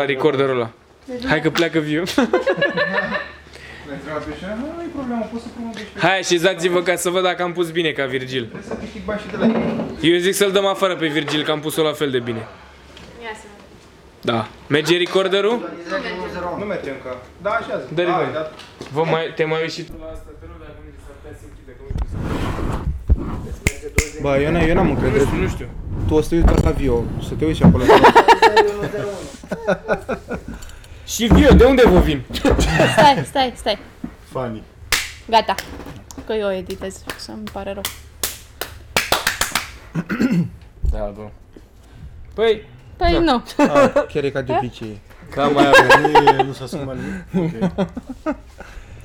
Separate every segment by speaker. Speaker 1: la recorderul ăla. Hai că pleacă viu.
Speaker 2: Pentru a peșa, nu e problemă, poți să promovezi pe
Speaker 1: Hai, așezați-vă ca să văd dacă am pus bine ca Virgil.
Speaker 2: Trebuie să câștig bani și de la ei.
Speaker 1: Eu zic să-l dăm afară pe Virgil, că am pus-o la fel de bine.
Speaker 3: Ia să vedem.
Speaker 1: Da. Merge recorderul?
Speaker 2: Nu merge încă. Da, așa zic.
Speaker 1: Dă-i
Speaker 2: Da,
Speaker 1: voi.
Speaker 2: da.
Speaker 1: Vă mai, te mai uiți și tu la asta, te rog, dacă nu s-ar putea să închide, că nu știu.
Speaker 2: Ba, eu n-am, eu n-am
Speaker 1: Nu
Speaker 2: încredere.
Speaker 1: știu, nu știu.
Speaker 2: Tu o să te uiți la Vio, să te uiți acolo.
Speaker 1: Și Vio, de unde vă vin?
Speaker 3: Stai, stai, stai.
Speaker 4: Funny.
Speaker 3: Gata. Că eu editez, să-mi pare rău.
Speaker 1: Da, bă. Păi,
Speaker 3: Păi
Speaker 1: Da.
Speaker 3: nu.
Speaker 2: Ah, chiar e ca de obicei.
Speaker 4: Cam mai avem, nu s-a ascumat nimic. Ok.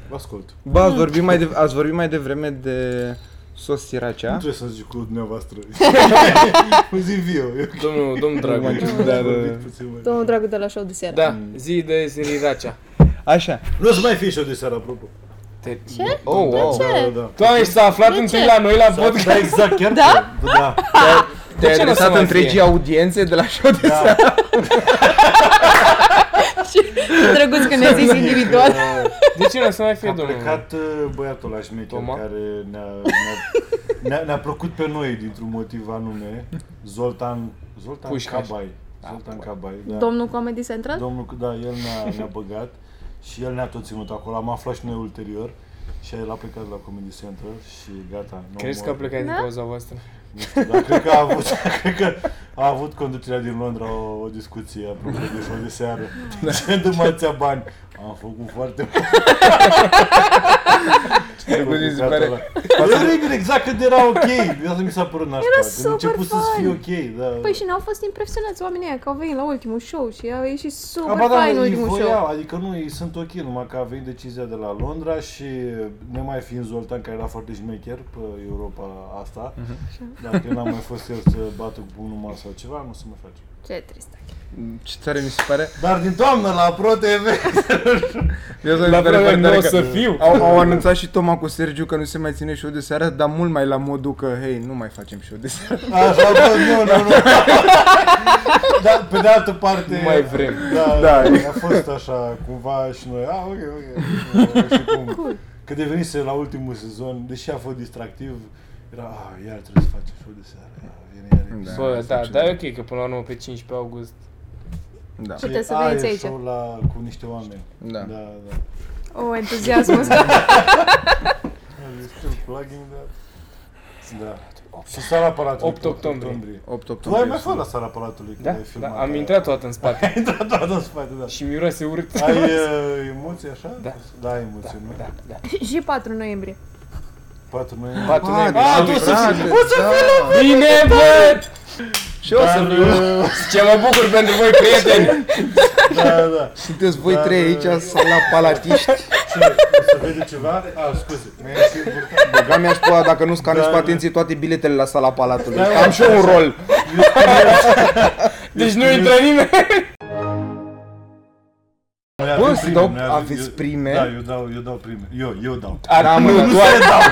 Speaker 4: Vă ascult. Nu
Speaker 2: Ba, ați vorbit mai, de, ați vorbit mai devreme de sos siracea.
Speaker 4: trebuie să zic cu dumneavoastră. Un zi viu. Eu
Speaker 1: domnul, domnul Dragoș.
Speaker 2: Dar,
Speaker 4: vorbit puțin mai.
Speaker 3: Domnul dragul de la show de seară.
Speaker 1: Da, zi de Sriracea.
Speaker 2: așa.
Speaker 4: Nu o să mai fie și eu de seară, apropo.
Speaker 1: Te...
Speaker 3: Ce?
Speaker 1: Oh, wow.
Speaker 2: Deci,
Speaker 3: ce?
Speaker 4: Da, da, da.
Speaker 1: Doamne, și s-a aflat întâi la noi la
Speaker 4: Da,
Speaker 1: podcast.
Speaker 4: da, exact, chiar da? Da.
Speaker 1: De
Speaker 2: Te-ai
Speaker 1: ce nu o să
Speaker 2: adresat
Speaker 1: mai fie?
Speaker 2: întregii audiențe de la show de
Speaker 4: da.
Speaker 3: Drăguț că ne
Speaker 2: Da.
Speaker 3: zici individual.
Speaker 1: De ce nu o să mai fie,
Speaker 4: Da. A
Speaker 1: domnul?
Speaker 4: plecat uh, băiatul ăla șmecher
Speaker 1: Toma?
Speaker 4: care ne-a, ne-a, ne-a, ne-a plăcut pe noi dintr-un motiv anume. Zoltan, Zoltan
Speaker 1: Pușcaș.
Speaker 4: Cabai. Zoltan Cabai, da.
Speaker 3: Domnul Comedy Central?
Speaker 4: Domnul, da, el ne-a, ne-a băgat și el ne-a tot ținut acolo. Am aflat și noi ulterior și el a plecat la Comedy Central și gata. nu
Speaker 1: Crezi
Speaker 4: mă-
Speaker 1: că a plecat din
Speaker 3: Da?
Speaker 1: cauza voastră?
Speaker 4: Nu știu, dar cred că a avut, cred că a avut conducerea din Londra o, o discuție apropo de show de seară.
Speaker 1: Da.
Speaker 4: Ce dumația bani? Am făcut foarte mult. Am
Speaker 2: cum mi se
Speaker 4: făcut
Speaker 2: pare.
Speaker 4: ăla. Eu regret exact când era ok. De Asta mi s-a părut nașpa. Era
Speaker 3: super
Speaker 4: început să
Speaker 3: fun.
Speaker 4: fie ok, da.
Speaker 3: Păi și n-au fost impresionați oamenii aia că au venit la ultimul show și au ieșit super
Speaker 4: A, ba, da,
Speaker 3: fain
Speaker 4: ei
Speaker 3: ultimul
Speaker 4: voiau,
Speaker 3: show.
Speaker 4: adică nu, ei sunt ok, numai că a venit decizia de la Londra și nemai fiind Zoltan, care era foarte șmecher pe Europa asta, dacă n-a mai fost el să bată cu bunul mas sau ceva, nu se mai face.
Speaker 3: Ce trist.
Speaker 2: Ce tare mi se pare.
Speaker 4: Dar din toamnă la Pro TV
Speaker 2: Eu să
Speaker 1: La
Speaker 2: mi se pare
Speaker 1: fel
Speaker 2: foarte
Speaker 1: nu
Speaker 2: tare
Speaker 1: o
Speaker 2: că-
Speaker 1: să fiu.
Speaker 2: Au, au anunțat și Toma cu Sergiu că nu se mai ține show de seară, dar mult mai la modul că, hei, nu mai facem show de seară.
Speaker 4: Așa, bă, nu, nu, nu Dar pe de altă parte
Speaker 1: Nu mai vrem.
Speaker 4: da,
Speaker 2: Da.
Speaker 4: da, a fost așa cumva și noi Ah, ok, ok uh, Și cum Că devenise la ultimul sezon, deși a fost distractiv Era, ah, iar trebuie să facem show de seară ah, Vine iar episodul.
Speaker 1: Bă, da, dar e ok, că până la urmă pe 15 august
Speaker 2: Da,
Speaker 4: Și
Speaker 3: Puteți să
Speaker 4: a,
Speaker 3: veniți
Speaker 4: e
Speaker 3: aici.
Speaker 4: show la, cu niște oameni
Speaker 2: da.
Speaker 4: da, da.
Speaker 3: O, oh, entuziasmul ăsta.
Speaker 4: Este un plugin, da. Da. Și sala Palatului.
Speaker 1: 8 octombrie.
Speaker 4: octombrie.
Speaker 2: 8
Speaker 4: Tu ai
Speaker 2: octombrie.
Speaker 4: mai fost la sala Palatului când
Speaker 1: Da,
Speaker 4: ai filmat?
Speaker 1: da, am
Speaker 4: aia.
Speaker 1: intrat toată în spate
Speaker 4: Ai intrat toată în spate, da.
Speaker 1: și miroase urât.
Speaker 4: Ai uh, emoții așa?
Speaker 1: Da.
Speaker 4: Da, ai emoții, nu?
Speaker 1: Da, da.
Speaker 3: și 4 noiembrie.
Speaker 4: 4 noiembrie.
Speaker 1: 4
Speaker 2: Ah,
Speaker 1: noiembrie.
Speaker 2: da,
Speaker 1: Ah, tu să
Speaker 2: da,
Speaker 1: fii-
Speaker 2: da,
Speaker 1: o să
Speaker 2: da.
Speaker 1: fii lovit! Bine, bă! Da,
Speaker 2: Și eu o să
Speaker 4: Dar,
Speaker 2: fiu.
Speaker 4: uh,
Speaker 1: Ce mă bucur pentru voi, prieteni!
Speaker 4: Da, da.
Speaker 2: Sunteți voi
Speaker 4: Dar,
Speaker 2: trei aici, sala palatiști.
Speaker 4: Ce? Se vede ceva? Ah, scuze. Mi-ai ieșit burta.
Speaker 2: Băga mi-aș pula dacă nu scanezi
Speaker 4: Da,
Speaker 2: cu
Speaker 4: da.
Speaker 2: atenție toate biletele la sala palatului.
Speaker 4: Da,
Speaker 2: Am
Speaker 4: da.
Speaker 2: și eu un rol.
Speaker 1: Deci nu intră nimeni!
Speaker 4: Noi
Speaker 2: Bă,
Speaker 4: avem
Speaker 2: să
Speaker 4: prime,
Speaker 2: dau-
Speaker 4: noi avem-
Speaker 2: aveți
Speaker 4: eu-
Speaker 2: prime?
Speaker 4: Da, eu dau, eu dau prime. Eu, eu dau.
Speaker 1: Ar,
Speaker 2: Da, mă,
Speaker 1: nu,
Speaker 2: da.
Speaker 1: tu ar,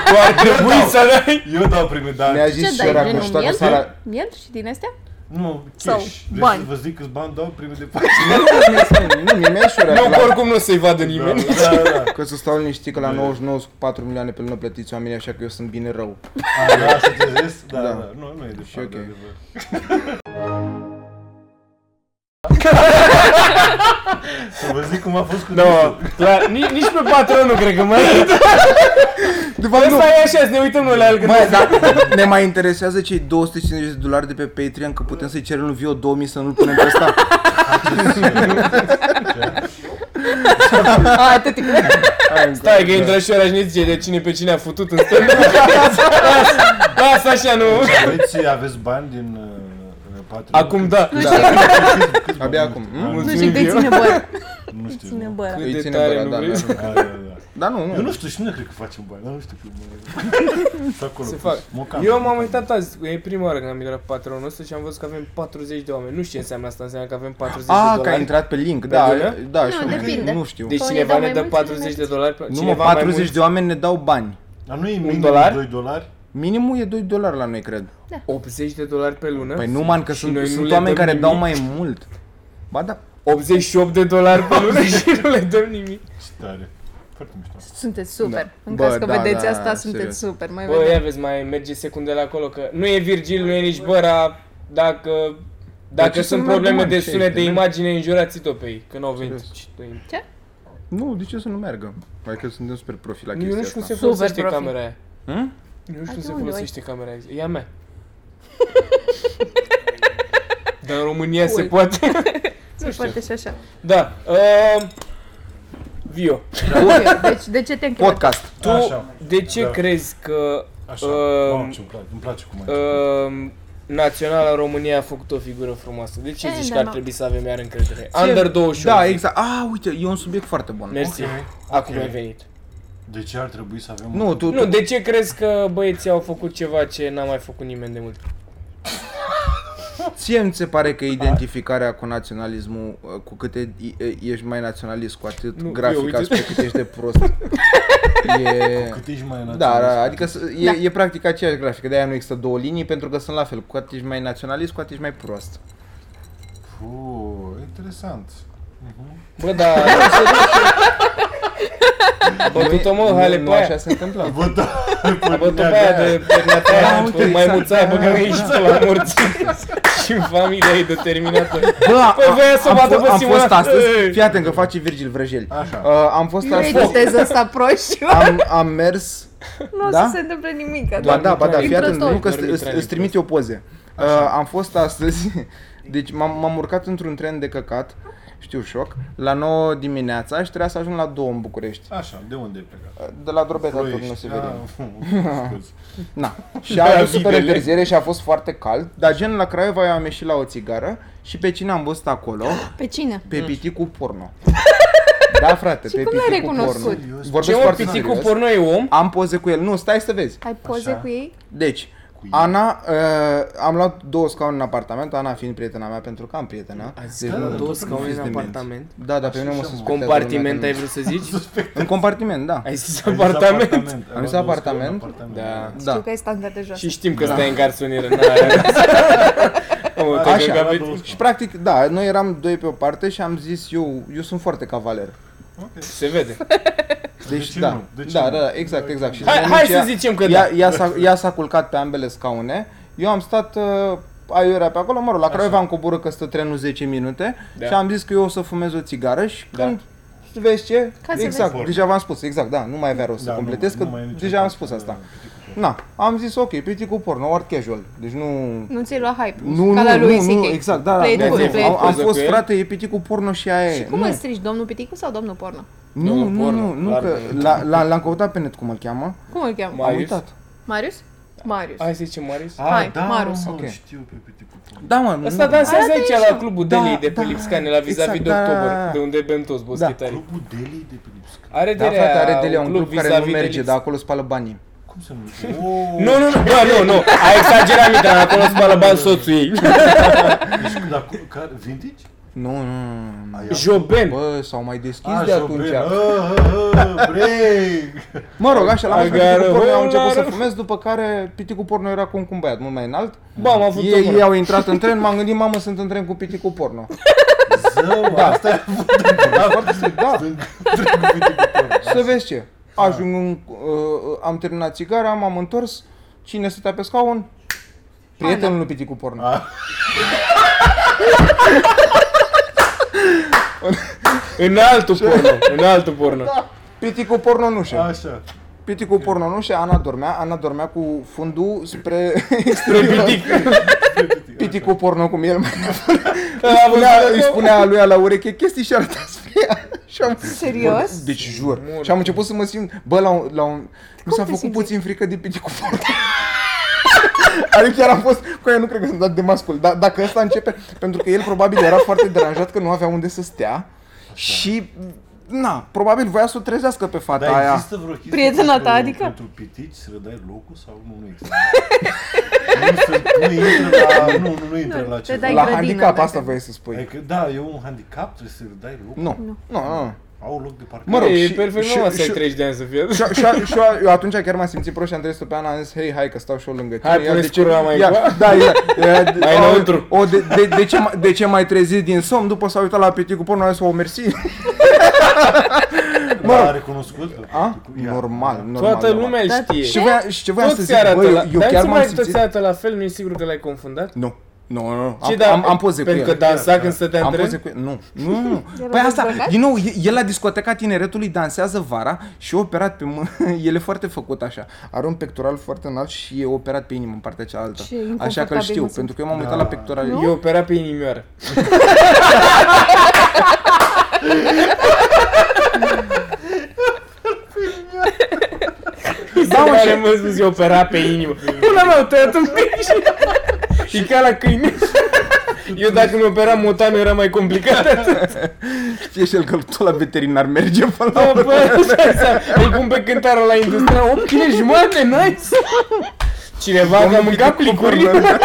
Speaker 1: tu ar trebui să dai!
Speaker 4: Eu dau prime, dar...
Speaker 2: Mi-a
Speaker 3: Ce
Speaker 2: zis și
Speaker 3: dai,
Speaker 2: ora cu
Speaker 3: genul
Speaker 2: și toată
Speaker 3: miel?
Speaker 2: sala.
Speaker 3: Miel și din astea?
Speaker 4: Nu,
Speaker 3: Sau
Speaker 4: cash. Vreți
Speaker 3: bani.
Speaker 4: să vă zic câți bani dau prime de față?
Speaker 2: Nu, mi-a zis și
Speaker 1: Nu,
Speaker 2: ora.
Speaker 1: că
Speaker 2: la-
Speaker 1: oricum nu o să-i vadă
Speaker 4: Da,
Speaker 1: nimeni.
Speaker 4: da, da.
Speaker 2: Că să stau liniștit că la 99 cu 4 milioane pe lună plătiți oamenii așa că eu sunt bine rău.
Speaker 4: A, da, să te vezi? Da,
Speaker 2: Da.
Speaker 4: da, da. Nu, nu e de
Speaker 2: Și
Speaker 4: fapt,
Speaker 2: ok.
Speaker 4: adevăr. Să vă zic cum a fost cu
Speaker 1: Da,
Speaker 4: Nicu.
Speaker 1: mă, clar, ni- nici pe patron nu cred că mai
Speaker 2: De fapt,
Speaker 1: Asta e așa, să ne uităm noi la el când
Speaker 2: Bă, dar ne mai interesează cei 250 de dolari de pe Patreon că putem să-i cerem lui Vio 2000 să nu-l punem pe ăsta.
Speaker 3: A, Ah, atât e.
Speaker 2: Da,
Speaker 1: Stai că intră și ora și ne zice de cine pe cine a futut în stand Lasă așa, nu?
Speaker 2: Da.
Speaker 4: Băieți, aveți bani din uh, Patreon?
Speaker 1: Acum da.
Speaker 3: Nu știu,
Speaker 4: Câți
Speaker 2: Abia
Speaker 4: bani?
Speaker 2: acum.
Speaker 1: hmm?
Speaker 2: Mm?
Speaker 3: nu știu, că-i ține băr.
Speaker 4: Nu știu.
Speaker 3: Ține
Speaker 4: nu.
Speaker 3: băr.
Speaker 1: Cât
Speaker 2: Îi
Speaker 1: de
Speaker 2: ține
Speaker 1: tare
Speaker 2: băra,
Speaker 1: nu
Speaker 2: da,
Speaker 1: vrei?
Speaker 2: da, da.
Speaker 4: Da, da, da.
Speaker 2: Dar nu,
Speaker 4: Eu
Speaker 2: nu.
Speaker 4: nu știu și nu cred că facem bani, dar nu știu cum Să acolo.
Speaker 1: Se
Speaker 4: pus.
Speaker 1: fac.
Speaker 4: Mocan.
Speaker 1: Eu m-am uitat azi, e prima oară când am intrat pe patronul ăsta și am văzut că avem 40 de oameni. Nu știu ce înseamnă asta, înseamnă că avem 40 de
Speaker 2: A, Ah, că a
Speaker 1: dolari.
Speaker 2: intrat pe link, da,
Speaker 1: lună?
Speaker 2: da, știu,
Speaker 3: depinde.
Speaker 2: nu știu.
Speaker 1: Deci
Speaker 3: Unii
Speaker 1: cineva
Speaker 3: dau
Speaker 1: ne
Speaker 3: Păi, mai
Speaker 1: dă
Speaker 3: mulți,
Speaker 1: 40
Speaker 3: unii
Speaker 1: de
Speaker 3: mai
Speaker 1: dolari, pe-
Speaker 2: Nu mă,
Speaker 1: cineva mai
Speaker 2: 40
Speaker 1: mult.
Speaker 2: de oameni ne dau bani.
Speaker 4: Dar nu e minim
Speaker 1: dolar?
Speaker 4: 2 dolari?
Speaker 2: Minimul e 2 dolari la noi, cred.
Speaker 1: 80 de dolari pe lună.
Speaker 2: Păi nu, man,
Speaker 1: Da,
Speaker 2: că
Speaker 1: Și
Speaker 2: sunt,
Speaker 1: noi nu
Speaker 2: sunt
Speaker 1: le
Speaker 2: oameni
Speaker 1: dăm
Speaker 2: care
Speaker 1: nimic.
Speaker 2: dau mai mult. Ba da,
Speaker 1: 88 de dolari pe lună și nu le dăm nimic.
Speaker 4: Ce tare. Foarte mișto.
Speaker 3: Sunteți super.
Speaker 2: Da.
Speaker 3: În
Speaker 2: Bă,
Speaker 3: caz că
Speaker 2: da,
Speaker 3: vedeți
Speaker 2: da,
Speaker 3: asta,
Speaker 2: serios.
Speaker 3: sunteți super. Mai
Speaker 1: Bă,
Speaker 3: vedem.
Speaker 1: ia vezi, mai merge secundele acolo că nu e Virgil, nu e nici Băra, dacă... Dacă
Speaker 2: ce
Speaker 1: sunt
Speaker 2: să nu
Speaker 1: probleme
Speaker 2: merg,
Speaker 1: de
Speaker 2: mă, ce
Speaker 1: sunet
Speaker 2: ai,
Speaker 1: de
Speaker 2: de
Speaker 1: imagine, înjurați-o pe ei, că n-au venit. Deci, Doi.
Speaker 2: Nu, de ce să nu meargă? Adică suntem super profi la
Speaker 1: Nu, Eu
Speaker 2: chestia
Speaker 1: nu știu cum se
Speaker 2: asta.
Speaker 3: Super
Speaker 1: folosește
Speaker 3: profi.
Speaker 1: camera aia.
Speaker 2: Hmm?
Speaker 1: Eu nu știu cum
Speaker 3: Haide,
Speaker 1: se
Speaker 3: unde
Speaker 1: folosește camera aia. E a mea. Dar în România se
Speaker 3: Cool.
Speaker 1: poate.
Speaker 3: Se poate și așa.
Speaker 1: Da. Uh, Vio,
Speaker 3: Ok, Deci, de ce te închei?
Speaker 2: Da. Podcast.
Speaker 1: tu
Speaker 4: Așa.
Speaker 1: de ce
Speaker 4: Da.
Speaker 1: crezi că
Speaker 4: Așa.
Speaker 1: Um,
Speaker 4: Mamă, ce îmi place, îmi place cum ai
Speaker 1: uh, Naționala România a făcut o figură frumoasă? De ce
Speaker 3: Eh,
Speaker 1: zici
Speaker 3: da,
Speaker 1: că ar
Speaker 3: mă.
Speaker 1: trebui să avem iar încredere? Under 21.
Speaker 2: Da,
Speaker 1: zic.
Speaker 2: exact. A, uite, e un subiect foarte bun.
Speaker 1: Mersi.
Speaker 4: Ok,
Speaker 1: Acum
Speaker 4: ok.
Speaker 1: ai venit.
Speaker 4: De ce ar trebui să avem...
Speaker 2: Nu, tu,
Speaker 1: Nu,
Speaker 2: tu
Speaker 1: de ce crezi că băieții au făcut ceva ce n-a mai făcut nimeni de mult?
Speaker 2: ție mi se pare că identificarea cu naționalismul, uh, cu cât e- e- ești mai naționalist, cu atât
Speaker 1: Nu, eu,
Speaker 2: grafica
Speaker 1: uite-
Speaker 2: pe cât ești de prost. E...
Speaker 4: Cât ești mai
Speaker 2: Da,
Speaker 4: naționalist,
Speaker 2: da,
Speaker 4: cu
Speaker 2: adică s- e,
Speaker 3: Da.
Speaker 2: e practic aceeași grafică, de-aia nu există două linii, pentru că sunt la fel, cu cât ești mai naționalist, cu atât ești mai prost.
Speaker 4: Fuuu, interesant.
Speaker 1: Bă, da... A bătut-o, mă, hale
Speaker 2: nu,
Speaker 1: pe
Speaker 2: nu
Speaker 1: aia.
Speaker 2: așa se întâmplă.
Speaker 4: Bă, da,
Speaker 1: A bătut pe aia de perneata
Speaker 2: Da,
Speaker 1: aia,
Speaker 2: uite,
Speaker 1: mai
Speaker 2: exact.
Speaker 1: muța aia, bă, că
Speaker 2: Da,
Speaker 1: ești tu la morți. Și în familia e determinată.
Speaker 2: Bă,
Speaker 1: Păi voia să
Speaker 2: am,
Speaker 1: vadă
Speaker 2: fo-
Speaker 1: pe
Speaker 2: am
Speaker 1: Simona.
Speaker 2: fost astăzi,
Speaker 1: Ei.
Speaker 2: fii atent că face Virgil Vrăjeli.
Speaker 4: Așa.
Speaker 2: Uh, am fost
Speaker 3: Nu
Speaker 2: astăzi,
Speaker 3: editez asta proștiu.
Speaker 2: am, am mers,
Speaker 3: Nu o
Speaker 2: da?
Speaker 3: să se întâmple nimic. adică.
Speaker 2: ba
Speaker 1: Doar
Speaker 2: da, ba da,
Speaker 1: mitralier.
Speaker 2: fii atent, nu că
Speaker 1: Doar
Speaker 2: îți-
Speaker 1: mitralier.
Speaker 2: îți trimit eu poze. Uh, am fost astăzi, deci m-am, m-am urcat într-un tren de căcat, știu șoc, la 9 dimineața și trebuia să ajung la 2 în București.
Speaker 4: Așa, de unde ai plecat?
Speaker 2: Uh, De la Drobeta, nu
Speaker 4: Ploiești.
Speaker 2: se vede.
Speaker 4: Ah, scuze.
Speaker 2: Na. Și a adus super
Speaker 4: Vitele.
Speaker 2: întârziere și a fost foarte cald, dar Da, gen la Craiova eu am ieșit la o țigară și pe cine am văzut acolo?
Speaker 3: Pe cine?
Speaker 2: Pe piticul porno. Da, frate, pe
Speaker 3: cum l-ai
Speaker 2: piticul porno.
Speaker 3: recunoscut?
Speaker 1: Ce,
Speaker 2: Vorbesc
Speaker 1: mă,
Speaker 2: foarte
Speaker 1: piticul
Speaker 2: serios.
Speaker 1: porno e om?
Speaker 2: Am poze cu el. Nu, stai să vezi.
Speaker 3: Ai poze
Speaker 4: Așa.
Speaker 3: cu ei?
Speaker 2: Deci,
Speaker 4: Cu el.
Speaker 2: Ana, uh, am luat două scaune în apartament, Ana fiind prietena mea pentru că am prietena. Deci
Speaker 4: stat
Speaker 2: nu-
Speaker 4: la două scaune în
Speaker 1: apartament?
Speaker 2: Da, dar pe mine mă
Speaker 4: așa, mă.
Speaker 2: suspectează
Speaker 1: Compartiment ai
Speaker 2: lumea că nu-
Speaker 1: vrut să zici?
Speaker 2: În compartiment, da.
Speaker 1: Ai zis
Speaker 4: Ai zis
Speaker 1: apartament?
Speaker 4: Ai
Speaker 2: zis
Speaker 4: luat două
Speaker 2: apartament?
Speaker 4: scaune în
Speaker 1: Da.
Speaker 3: Știu
Speaker 2: Da.
Speaker 3: că ai standarde joase.
Speaker 1: Și știm că stai în garsonieră, n-ai
Speaker 2: Așa.
Speaker 4: două
Speaker 2: Și practic, da, noi eram doi pe o parte și am zis eu, eu sunt foarte cavaler.
Speaker 4: Ok.
Speaker 1: Se vede.
Speaker 2: Deci,
Speaker 4: ce
Speaker 2: da,
Speaker 4: nu? De ce
Speaker 2: da,
Speaker 4: nu?
Speaker 2: da, da, exact, exact. Și
Speaker 1: Hai, hai
Speaker 2: Danucia-
Speaker 1: să zicem că da.
Speaker 2: ea, ea, s-a, ea s-a culcat pe ambele scaune, eu am stat uh, aiurea pe acolo, mă rog, la Craiova am coborât că stă trenul 10 minute
Speaker 1: Da.
Speaker 2: da. și am zis că eu o să fumez o țigară și
Speaker 1: Da.
Speaker 2: da. când vezi ce,
Speaker 3: Ca să
Speaker 2: exact,
Speaker 4: vezi.
Speaker 2: deja v-am spus, exact, da, nu mai avea rost să
Speaker 4: Da, nu-
Speaker 2: completez,
Speaker 4: nu
Speaker 2: că
Speaker 4: mai e nicio da,
Speaker 2: deja am
Speaker 4: parte
Speaker 2: spus
Speaker 4: de-
Speaker 2: asta.
Speaker 4: piticul
Speaker 2: Na, am zis ok, piticul porno, art casual, deci nu...
Speaker 3: Nu ți-ai luat hype.
Speaker 2: Nu,
Speaker 3: ca la
Speaker 2: nu,
Speaker 3: lui
Speaker 2: nu,
Speaker 3: CK.
Speaker 2: nu, exact, da, da,
Speaker 3: Play it
Speaker 2: da,
Speaker 1: cool,
Speaker 2: da,
Speaker 1: play it
Speaker 2: am, am
Speaker 1: cool.
Speaker 2: fost,
Speaker 1: Cu el?
Speaker 2: frate, e piticul porno și aia e.
Speaker 3: Și cum
Speaker 2: nu,
Speaker 3: îl strici, domnul Piticu sau domnul Porno?
Speaker 2: nu,
Speaker 1: Domnul
Speaker 2: nu,
Speaker 1: porno,
Speaker 2: nu, nu,
Speaker 1: clar
Speaker 2: că
Speaker 1: că nu.
Speaker 2: la- la- l-am căutat pe net cum îl cheamă,
Speaker 3: Cum îl cheamă?
Speaker 1: Marius?
Speaker 2: am uitat.
Speaker 3: Marius? Marius.
Speaker 1: Hai să zicem Marius.
Speaker 4: Ah,
Speaker 3: Hai,
Speaker 4: da,
Speaker 3: Marus.
Speaker 4: mă,
Speaker 2: Ok.
Speaker 4: știu pe piticul porno.
Speaker 2: Da, mă,
Speaker 1: Asta
Speaker 2: nu-
Speaker 1: dansează
Speaker 3: Arată
Speaker 1: aici
Speaker 3: așa.
Speaker 1: la clubul
Speaker 2: Da,
Speaker 1: Deli de pe
Speaker 2: da,
Speaker 1: Lipscane la vis-a-vis
Speaker 2: exact,
Speaker 1: de
Speaker 2: da, da,
Speaker 1: October,
Speaker 2: da.
Speaker 1: de unde bem toți
Speaker 2: Păi-
Speaker 1: boschetarii.
Speaker 4: Clubul Deli de pe Lipsca.
Speaker 1: Are
Speaker 2: Da,
Speaker 1: Delea
Speaker 2: frate, are Delia un club care nu
Speaker 1: vis-a-vis de
Speaker 2: merge,
Speaker 1: Lips-
Speaker 2: dar acolo spală banii.
Speaker 4: Cum se numește? Oh,
Speaker 1: Nu, nu, nu, bă, nu, nu, a exagerat Mitra, acolo spală bani soțul ei.
Speaker 4: Deci, dar cum, care, vintage?
Speaker 2: Nu, nu, nu, nu.
Speaker 4: Aia.
Speaker 1: Joben.
Speaker 2: Bă, s-au mai deschis
Speaker 4: Ah,
Speaker 2: de atunci.
Speaker 1: ă.
Speaker 4: Chopin. Ah, ah, ah, break!
Speaker 2: Mă rog, așa, la
Speaker 1: Agară,
Speaker 2: am piticul porno,
Speaker 1: bă,
Speaker 2: am început să
Speaker 1: la-
Speaker 2: fumez, după care piticul porno era cu un un băiat mult mai înalt.
Speaker 1: Bă, am avut
Speaker 2: Ei, ei au intrat în tren, m-am gândit, mamă, sunt în tren cu piticul porno.
Speaker 4: Zău, asta e
Speaker 2: Da, foarte- da. Să vezi ce. Ajung în, uh, am terminat țigara, m-am întors, cine stătea pe scaun? Prietenul
Speaker 1: da.
Speaker 2: lui piticul porno.
Speaker 4: Ah.
Speaker 1: În altul porno, în altul porno.
Speaker 2: Piticul porno nu știu.
Speaker 4: Așa.
Speaker 2: Piticul porno nu știu, Ana dormea, Ana dormea cu fundul spre
Speaker 1: Spre pitic.
Speaker 2: piticul porno cum el mai Da,
Speaker 1: Am
Speaker 2: spunea, îi
Speaker 1: văzut.
Speaker 2: spunea lui la ureche chestii și arăta spre ea. Și am,
Speaker 3: Serios?
Speaker 2: deci jur.
Speaker 1: Mor.
Speaker 2: Și am început să mă simt, bă, la un, la un mi s-a
Speaker 3: te
Speaker 2: făcut
Speaker 3: simți?
Speaker 2: puțin frică de piticul foarte. Adică chiar am fost, cu aia nu cred că sunt dat de mascul, dar dacă ăsta începe, pentru că el probabil era foarte deranjat că nu avea unde să stea și, na, probabil voia să o trezească pe fata
Speaker 4: Dar
Speaker 2: Da, aia.
Speaker 4: există vreo chestie
Speaker 3: Prietena ta,
Speaker 4: pentru-
Speaker 3: adică?
Speaker 4: Pentru pitici să le dai locul sau nu, nu există? Nu, se- nu intră la, nu, nu, nu intră
Speaker 3: Nu,
Speaker 4: la
Speaker 3: te
Speaker 4: ceva.
Speaker 3: dai
Speaker 2: La
Speaker 3: grădină,
Speaker 2: handicap
Speaker 3: dacă-
Speaker 2: asta voiai să spui.
Speaker 4: Adică, da, e un handicap, trebuie să-l dai loc.
Speaker 2: Nu.
Speaker 3: Nu.
Speaker 2: Nu, nu, nu.
Speaker 4: Au loc de parcare.
Speaker 2: Mă rog,
Speaker 1: e
Speaker 2: și-
Speaker 1: perfect
Speaker 2: și-
Speaker 1: normal să ai
Speaker 2: și-
Speaker 1: 30 de ani să fie.
Speaker 2: Și, și, și eu atunci chiar m-am simțit prost și am trezit-o pe Ana, am zis, hei, hai că stau și eu lângă tine.
Speaker 1: Hai,
Speaker 2: Ea,
Speaker 1: pune
Speaker 2: de ce-
Speaker 1: scura mai
Speaker 2: Ia,
Speaker 1: gol.
Speaker 2: Da, ia, ia, de-
Speaker 1: Mai
Speaker 2: o-
Speaker 1: înăuntru.
Speaker 2: O, de, de, de, ce, m- de ce mai trezit din somn? După s-a uitat la petit cu pornul, a zis, o, mersi. mă
Speaker 4: L-a
Speaker 2: rog.
Speaker 4: recunoscut?
Speaker 2: A?
Speaker 4: Ia.
Speaker 2: Normal, normal.
Speaker 1: Toată
Speaker 2: normal.
Speaker 1: lumea îl
Speaker 3: Dar
Speaker 1: știe.
Speaker 2: Da, Și voia, și ce voiam să
Speaker 1: Toți
Speaker 2: zic,
Speaker 1: se arată
Speaker 2: bă, eu,
Speaker 1: la...
Speaker 2: eu
Speaker 1: Dar
Speaker 2: chiar
Speaker 1: nu
Speaker 2: m-am
Speaker 1: mai toți se
Speaker 2: simțit...
Speaker 1: arată la fel, nu-i sigur că l-ai confundat?
Speaker 2: Nu, nu, nu, nu.
Speaker 1: Ce,
Speaker 2: Am,
Speaker 1: da,
Speaker 2: am, am poze cu
Speaker 1: Pentru că
Speaker 2: el.
Speaker 1: dansa
Speaker 4: Da.
Speaker 1: când stătea în
Speaker 2: Am
Speaker 1: tren?
Speaker 2: poze cu el. Nu, nu, nu.
Speaker 3: Era
Speaker 2: Păi asta,
Speaker 3: dezbrăcat?
Speaker 2: din nou, e- el la discoteca tineretului dansează vara și e operat pe mână. El e foarte făcut așa. Are un pectoral foarte înalt și e operat pe inimă în partea cealaltă.
Speaker 3: Ce inconfortabil
Speaker 2: Așa că îl știu,
Speaker 3: mă simt.
Speaker 2: pentru că eu m-am uitat
Speaker 4: Da.
Speaker 2: la pectoral.
Speaker 3: Nu?
Speaker 2: Eu,
Speaker 1: Eu opera pe inimioară.
Speaker 2: Da, mă,
Speaker 1: Care mă spus, eu opera pe inimă. Pula mea, tăiat un pic și... Și ca la câine. Eu dacă mi operam motanul era mai complicat atât.
Speaker 2: știe și el că tot la veterinar merge până la
Speaker 1: Bă,
Speaker 2: urmă.
Speaker 1: bă, așa înseamnă. Îl pun pe cântarul la industria 8 kg jumate, nice! Cineva
Speaker 2: Domnul
Speaker 1: a mâncat
Speaker 2: Vitecu,
Speaker 1: plicuri.
Speaker 2: pardon.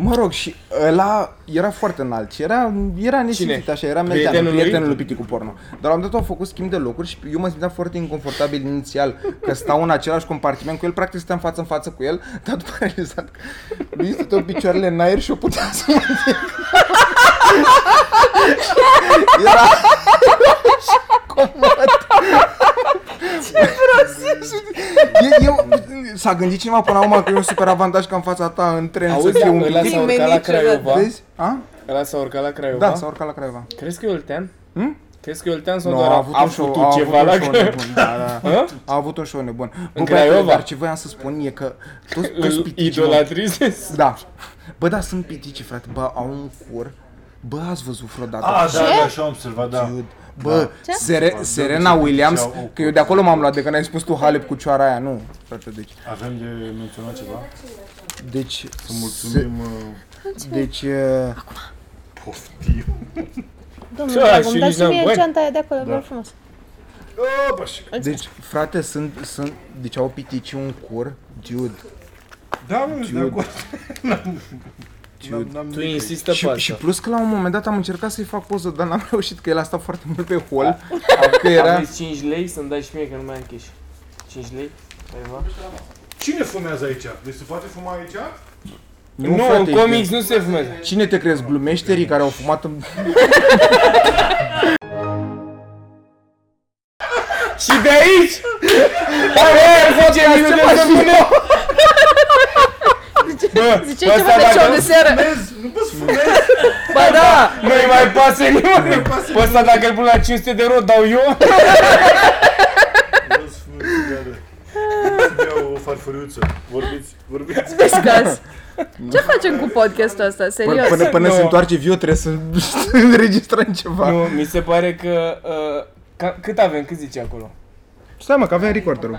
Speaker 2: Mă rog, și ăla era foarte înalt și era, era nesimțit
Speaker 1: Cine?
Speaker 2: așa, era
Speaker 1: Prietenul
Speaker 2: melteanul,
Speaker 1: lui?
Speaker 2: prietenul lui Piti cu porno. Dar la un moment dat au făcut schimb de locuri și eu mă simțeam foarte inconfortabil inițial că stau în același compartiment cu el, practic stăteam față în față cu el, dar după am realizat că lui stăteau picioarele în aer și eu puteam să mă întind. era... era comod. E- eu, s-a gândit cineva până acum că e un super avantaj ca în fața ta în tren să
Speaker 1: Auzi,
Speaker 2: fie un
Speaker 1: ăla s-a
Speaker 3: pic.
Speaker 1: urcat la
Speaker 3: Nimeni
Speaker 1: Craiova.
Speaker 2: Vezi? A?
Speaker 1: Ăla s-a urcat la Craiova.
Speaker 2: Da, s-a urcat la Craiova.
Speaker 1: Crezi că e oltean?
Speaker 2: Hmm?
Speaker 1: Crezi că e oltean sau
Speaker 2: Nu,
Speaker 1: doar
Speaker 2: a avut,
Speaker 1: a
Speaker 2: un show, a
Speaker 1: făcut
Speaker 2: avut
Speaker 1: ceva
Speaker 2: un
Speaker 1: la
Speaker 2: show
Speaker 1: Craiova?
Speaker 2: nebun, da, da.
Speaker 1: Hă?
Speaker 2: A avut un show nebun. Bă,
Speaker 1: În
Speaker 2: băiatule,
Speaker 1: Craiova?
Speaker 2: Dar ce voiam să spun e că toți, toți
Speaker 1: Îl
Speaker 2: piticii, mă,
Speaker 1: idolatrizezi?
Speaker 2: Da. Bă, da, sunt pitici, frate. Bă, au un cur. Bă, ați văzut vreodată?
Speaker 4: A, da,
Speaker 3: Ce?
Speaker 4: da, și-am observat, da.
Speaker 2: Dude. Bă,
Speaker 3: Ce?
Speaker 2: Sere-
Speaker 4: Da,
Speaker 2: Serena
Speaker 4: da,
Speaker 2: Williams,
Speaker 4: ziceau, oh,
Speaker 2: că eu de acolo m-am luat, de când ai spus tu Halep cu cioara aia, nu, frate, deci,
Speaker 4: Avem de menționat ceva?
Speaker 2: deci,
Speaker 4: Să mulțumim uh,
Speaker 2: se- deci, uh,
Speaker 4: poftim.
Speaker 1: Ce,
Speaker 5: Domnul Dragoș,
Speaker 1: și
Speaker 5: dar
Speaker 1: nici
Speaker 5: și
Speaker 1: n-am
Speaker 5: mie
Speaker 1: bani?
Speaker 5: geanta aia de acolo, vreau frumos.
Speaker 2: deci, frate, sunt, sunt, deci au pitici un cur, dude,
Speaker 4: Da, nu, sunt de acord. N-am- n-am
Speaker 1: Tu
Speaker 4: nimic.
Speaker 1: insistă pe
Speaker 2: Și, și
Speaker 1: asta.
Speaker 2: plus că la un moment dat am încercat să-i fac poză, dar n-am reușit, că el a stat foarte mult pe hol, că era...
Speaker 1: Aveți 5 lei să-mi dai și mie că nu mai am cash. 5 lei? Careva?
Speaker 4: Cine fumează aici? Deci se poate fuma aici?
Speaker 1: Nu,
Speaker 2: frate,
Speaker 1: în comics nu se fumează.
Speaker 2: Cine te crezi, glumeșterii care au fumat în...
Speaker 1: Și de aici! Hai, hai, hai, face minute să pune! Bă,
Speaker 3: Ziceai
Speaker 1: ăsta
Speaker 3: ceva de
Speaker 1: dacă
Speaker 3: show
Speaker 1: nu-
Speaker 3: de seară.
Speaker 4: Nu poți să fumezi?
Speaker 3: Ba da!
Speaker 1: Nu-i mai pasă nimănui! Pe ăsta dacă îl pun la 500 de euro, dau eu?
Speaker 4: Nu poți să fumezi, iară. Iau o farfuriuță. Vorbiți, vorbiți.
Speaker 3: Vezi, gaz. Ce facem cu podcastul ăsta?
Speaker 2: Până,
Speaker 3: Serios?
Speaker 2: până, până
Speaker 1: Nu.
Speaker 2: se întoarce viu, trebuie să înregistrăm ceva.
Speaker 1: Nu, mi se pare că... uh, ca- Cât avem? Cât zice acolo?
Speaker 2: Stai mă, că avem recorderul.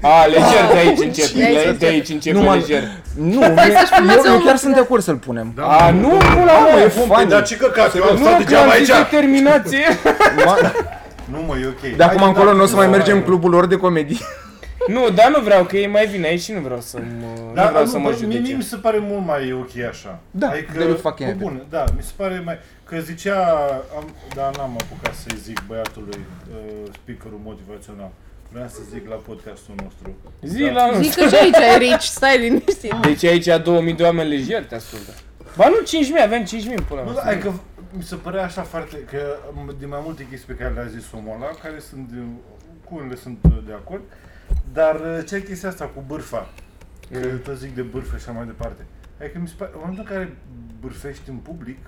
Speaker 1: A, lejer, de aici începe,
Speaker 3: De aici
Speaker 1: le- de
Speaker 3: începe.
Speaker 1: aici începe
Speaker 2: Nu, mă-
Speaker 1: lejer.
Speaker 2: Nu, eu, eu, eu chiar sunt de acord să-l punem.
Speaker 1: A, nu, pula
Speaker 2: mă,
Speaker 1: mea!
Speaker 2: e
Speaker 4: Păi,
Speaker 2: funny.
Speaker 4: dar ce căcat, eu am
Speaker 1: Nu,
Speaker 4: stat
Speaker 1: că
Speaker 4: degeaba
Speaker 1: am zis
Speaker 4: aici.
Speaker 1: determinație!
Speaker 2: Ma-
Speaker 4: Nu mă, e ok.
Speaker 2: De acum încolo nu o să mai mergem în clubul lor de comedie.
Speaker 1: Nu, dar nu vreau, că ei mai vin aici și nu vreau să mă, nu
Speaker 4: Da,
Speaker 1: vreau
Speaker 4: nu,
Speaker 1: să mă
Speaker 4: bă, mie, mie mi
Speaker 1: judece.
Speaker 4: se pare mult mai ok așa.
Speaker 2: Da,
Speaker 4: adică,
Speaker 2: de-l fac
Speaker 4: pe
Speaker 2: happy.
Speaker 4: bune, da, mi se pare mai... Că zicea, am, dar n-am apucat să-i zic băiatului uh, speakerul motivațional. Vreau să zic la podcastul nostru. Da,
Speaker 1: Zi la
Speaker 3: Zic că și aici e rich, stai liniștit.
Speaker 1: Deci aici 2000 de oameni lejer te ascultă. Ba nu, 5.000, avem 5.000 până
Speaker 4: Nu, da, adică mi se părea așa foarte, că m- din mai multe chestii pe care le-a zis omul ăla, care sunt, de- cu unele sunt uh, de acord, dar uh, ce chestia asta cu bârfa, că eu tot zic de bârfă și așa mai departe. Adică mi se pare, în momentul în care bârfești în public,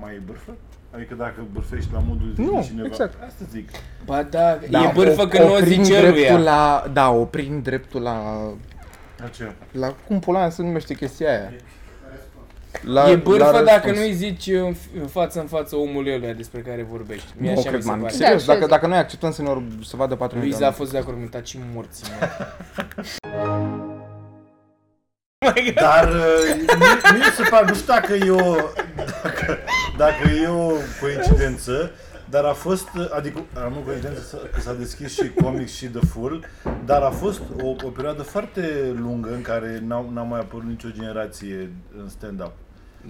Speaker 4: mai e bârfă? Adică dacă bârfești la modul de
Speaker 2: Nu,
Speaker 4: cineva,
Speaker 2: exact.
Speaker 4: asta zic.
Speaker 1: Ba da, e bârfă
Speaker 2: o-
Speaker 1: că nu o
Speaker 2: oprim
Speaker 1: zice
Speaker 2: dreptul
Speaker 1: lui
Speaker 2: la, Da, oprim dreptul la
Speaker 4: La ce?
Speaker 2: La cum pula mea se numește chestia aia?
Speaker 1: la,
Speaker 2: La,
Speaker 1: E bârfă dacă
Speaker 2: răspuns.
Speaker 1: nu-i zici în f- în față în față omului ăla despre care vorbești. Mie
Speaker 2: Nu
Speaker 1: așa mi
Speaker 2: cred,
Speaker 1: se
Speaker 2: man.
Speaker 1: pare.
Speaker 2: Serios,
Speaker 3: Da,
Speaker 2: dacă,
Speaker 3: cred.
Speaker 2: dacă noi acceptăm să ne or, să vadă 4
Speaker 1: Luiza a fost de acord cu mine, și morți. mă.
Speaker 4: Dar uh, mi se pare, nu știu dacă e o, dacă, dacă e o coincidență, Dar a fost, adică am o coincidență să- că s-a deschis și comic și The Full, dar a fost o, o perioadă foarte lungă în care n-a, n-a mai apărut nicio generație în stand-up.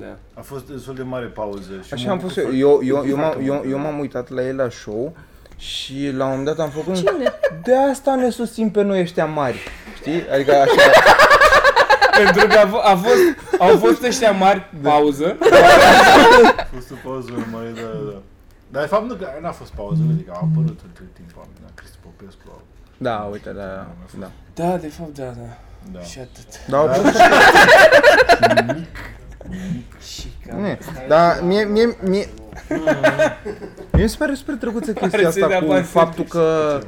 Speaker 1: Da.
Speaker 4: A fost destul de mare pauză. Și
Speaker 2: Așa Exact.
Speaker 4: mă
Speaker 2: am
Speaker 4: bucur
Speaker 2: fost eu.
Speaker 4: foarte-
Speaker 2: Eu, eu, eu,
Speaker 4: foarte
Speaker 2: m-am,
Speaker 4: mult.
Speaker 2: eu, eu m-am uitat la el la show și la un moment dat am făcut...
Speaker 3: Cine?
Speaker 2: De asta ne susțin pe noi ăștia mari. Știi? Adică așa...
Speaker 1: Pentru că a, f- a fost, au fost ăștia mari, pauză.
Speaker 4: A fost o pauză mare, da, da, da. Dar de fapt nu, că n-a fost pauză, adică au apărut între timp oameni, da, Cristi Popescu, au...
Speaker 2: Da, uite, da, da.
Speaker 1: Da, de fapt, da, da.
Speaker 4: Da.
Speaker 1: Și atât.
Speaker 2: Da,
Speaker 4: Da.
Speaker 2: da.
Speaker 1: Și
Speaker 2: Ne, dar mie, mie, mie... Mie mi se pare super drăguță chestia
Speaker 1: Pare să-i
Speaker 2: asta
Speaker 1: dea
Speaker 2: cu
Speaker 1: bani
Speaker 2: faptul că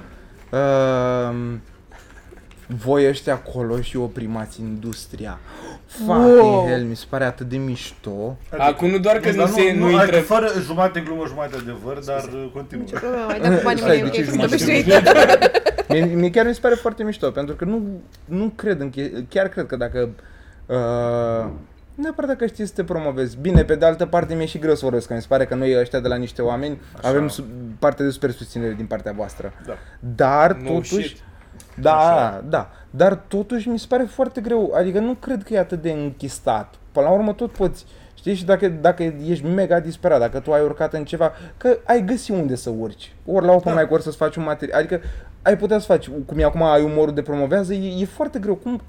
Speaker 2: um, voi ăștia acolo și oprimați industria. Fucking
Speaker 1: Wow.
Speaker 2: hell, mi se pare atât de mișto.
Speaker 1: Acum nu doar că nu,
Speaker 4: Dar
Speaker 1: se, nu,
Speaker 4: adică
Speaker 1: intră...
Speaker 4: Fără jumate glumă, jumate adevăr, dar uh, continuă.
Speaker 3: Ce problemă, ai dat cu banii
Speaker 2: Stai,
Speaker 3: mei,
Speaker 2: de
Speaker 3: ok,
Speaker 2: ce
Speaker 3: că
Speaker 4: Deci,
Speaker 2: jumătate?
Speaker 3: sunt
Speaker 2: Mie, mie chiar mi se pare foarte mișto, pentru că nu, nu cred în che- chiar cred că dacă uh, neapărat dacă știi să te promovezi. Bine, pe de altă parte mi-e și greu să vorbesc, că mi se pare că noi ăștia de la niște oameni Așa. avem sub, parte de super susținere din partea voastră.
Speaker 4: Da.
Speaker 2: Dar
Speaker 1: No
Speaker 2: totuși
Speaker 1: shit.
Speaker 2: da,
Speaker 4: Așa.
Speaker 2: da, dar totuși mi se pare foarte greu, adică nu cred că e atât de închistat. Până la urmă tot poți, știi, și dacă, dacă ești mega disperat, dacă tu ai urcat în ceva, că ai găsit unde să urci. Ori la open da. mic, ori să-ți faci un material, adică ai putea să faci, cum e acum, ai umorul de promovează, e, e foarte greu. Cum,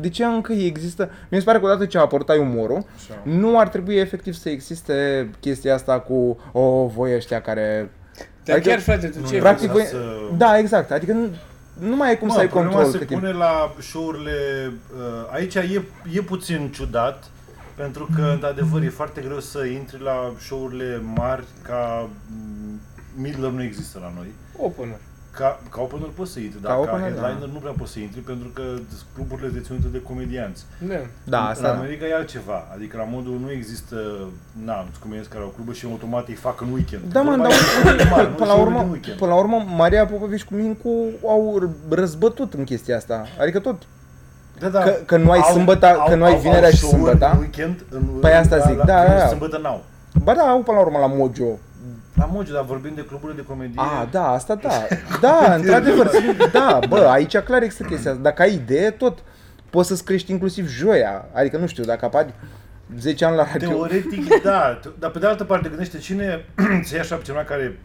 Speaker 2: de ce încă există? Mi se pare că odată ce a apărut ai umorul,
Speaker 4: Așa.
Speaker 2: nu ar trebui efectiv să existe chestia asta cu, o, oh, voi ăștia care...
Speaker 1: Dar
Speaker 2: Adică-
Speaker 1: chiar, frate, tu ce ai
Speaker 2: Practic,
Speaker 1: făcut?
Speaker 2: voi...
Speaker 4: să-
Speaker 2: da, exact, adică nu, nu mai ai cum
Speaker 4: Mă,
Speaker 2: să ai
Speaker 4: deci, problema
Speaker 2: control
Speaker 4: se
Speaker 2: cât timp.
Speaker 4: pune la show-urile... uh, Aici e, e puțin ciudat, pentru că, într-adevăr, e foarte greu să intri la show-urile mari ca... mm, Midler nu există la noi.
Speaker 1: Opener.
Speaker 4: Ca, ca opener poți să intri,
Speaker 2: Ca
Speaker 4: dar ca,
Speaker 2: opener, da.
Speaker 4: headliner nu prea poți să intri pentru că sunt cluburile deținute de comedianți.
Speaker 1: Da.
Speaker 2: Da, asta
Speaker 4: în
Speaker 2: da.
Speaker 4: America e altceva, adică la modul nu există, na, comedianți care au clubă și automat îi fac în weekend.
Speaker 2: Da, mă,
Speaker 4: Vorba
Speaker 2: dar
Speaker 4: e
Speaker 2: uite, până,
Speaker 4: normal, nu
Speaker 2: până la
Speaker 4: se vede în
Speaker 2: urmă,
Speaker 4: weekend.
Speaker 2: până la urmă, Maria Popovici cu Mincu au r- răzbătut în chestia asta. Adică tot.
Speaker 4: Da, da.
Speaker 2: Că- că nu ai sâmbătă- că nu ai vinerea și
Speaker 4: show-uri
Speaker 2: sâmbăta.
Speaker 4: În weekend, în,
Speaker 2: Păi asta zic, da,
Speaker 4: vinerea
Speaker 2: da,
Speaker 4: și
Speaker 2: da.
Speaker 4: Sâmbătă n-au.
Speaker 2: Ba da, au până la urmă la Mojo.
Speaker 4: La Mojo, dar vorbim de cluburile de comedie.
Speaker 2: A, da, asta da. Da, într-adevăr. sunt- Da, bă, aici clar există chestia asta. Dacă ai idee, tot poți să-ți crești inclusiv joia. Adică nu știu, dacă apari 10 ani la radio.
Speaker 4: Teoretic, da. Te- Dar pe de altă parte, gândește cine se ia așa pe cineva care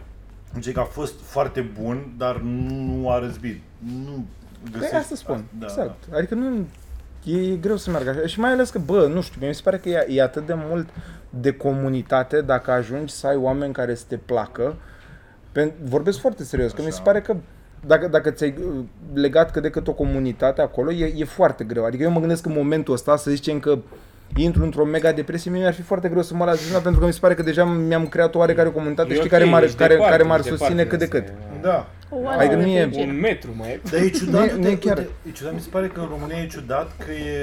Speaker 4: zice că a fost foarte bun, dar nu a răzbit. Nu
Speaker 2: Păi
Speaker 4: găsești...
Speaker 2: asta spun,
Speaker 4: Da,
Speaker 2: exact. Adică nu, e, e greu să meargă așa. Și mai ales că, bă, nu știu, mie mi se pare că e, e atât de mult de comunitate dacă ajungi să ai oameni care să te placă. Pen- vorbesc foarte serios, că mi se
Speaker 4: Așa.
Speaker 2: pare că dacă, dacă ți-ai uh, legat cât de cât o comunitate acolo, e, e foarte greu. Adică eu mă gândesc în momentul ăsta, să zicem că intru într-o mega depresie, mie mi-ar fi foarte greu să mă las zona pentru că mi se pare că deja mi-am creat o oarecare comunitate,
Speaker 1: E
Speaker 2: știi,
Speaker 1: ok,
Speaker 2: care m-ar,
Speaker 1: ești
Speaker 2: care,
Speaker 1: deci departe,
Speaker 2: care m-ar
Speaker 1: ești
Speaker 2: susține
Speaker 1: departe
Speaker 2: cât
Speaker 1: de
Speaker 2: de cât.
Speaker 1: asta,
Speaker 4: da. da.
Speaker 3: Oana
Speaker 2: Adică
Speaker 3: de
Speaker 2: nu e-
Speaker 3: pe
Speaker 1: Un
Speaker 3: cer.
Speaker 1: metru mai e.
Speaker 4: Dar e ciudat,
Speaker 2: Nu e- nu e
Speaker 4: uite,
Speaker 2: chiar.
Speaker 4: uite, e ciudat, mi se pare că în România e ciudat că e,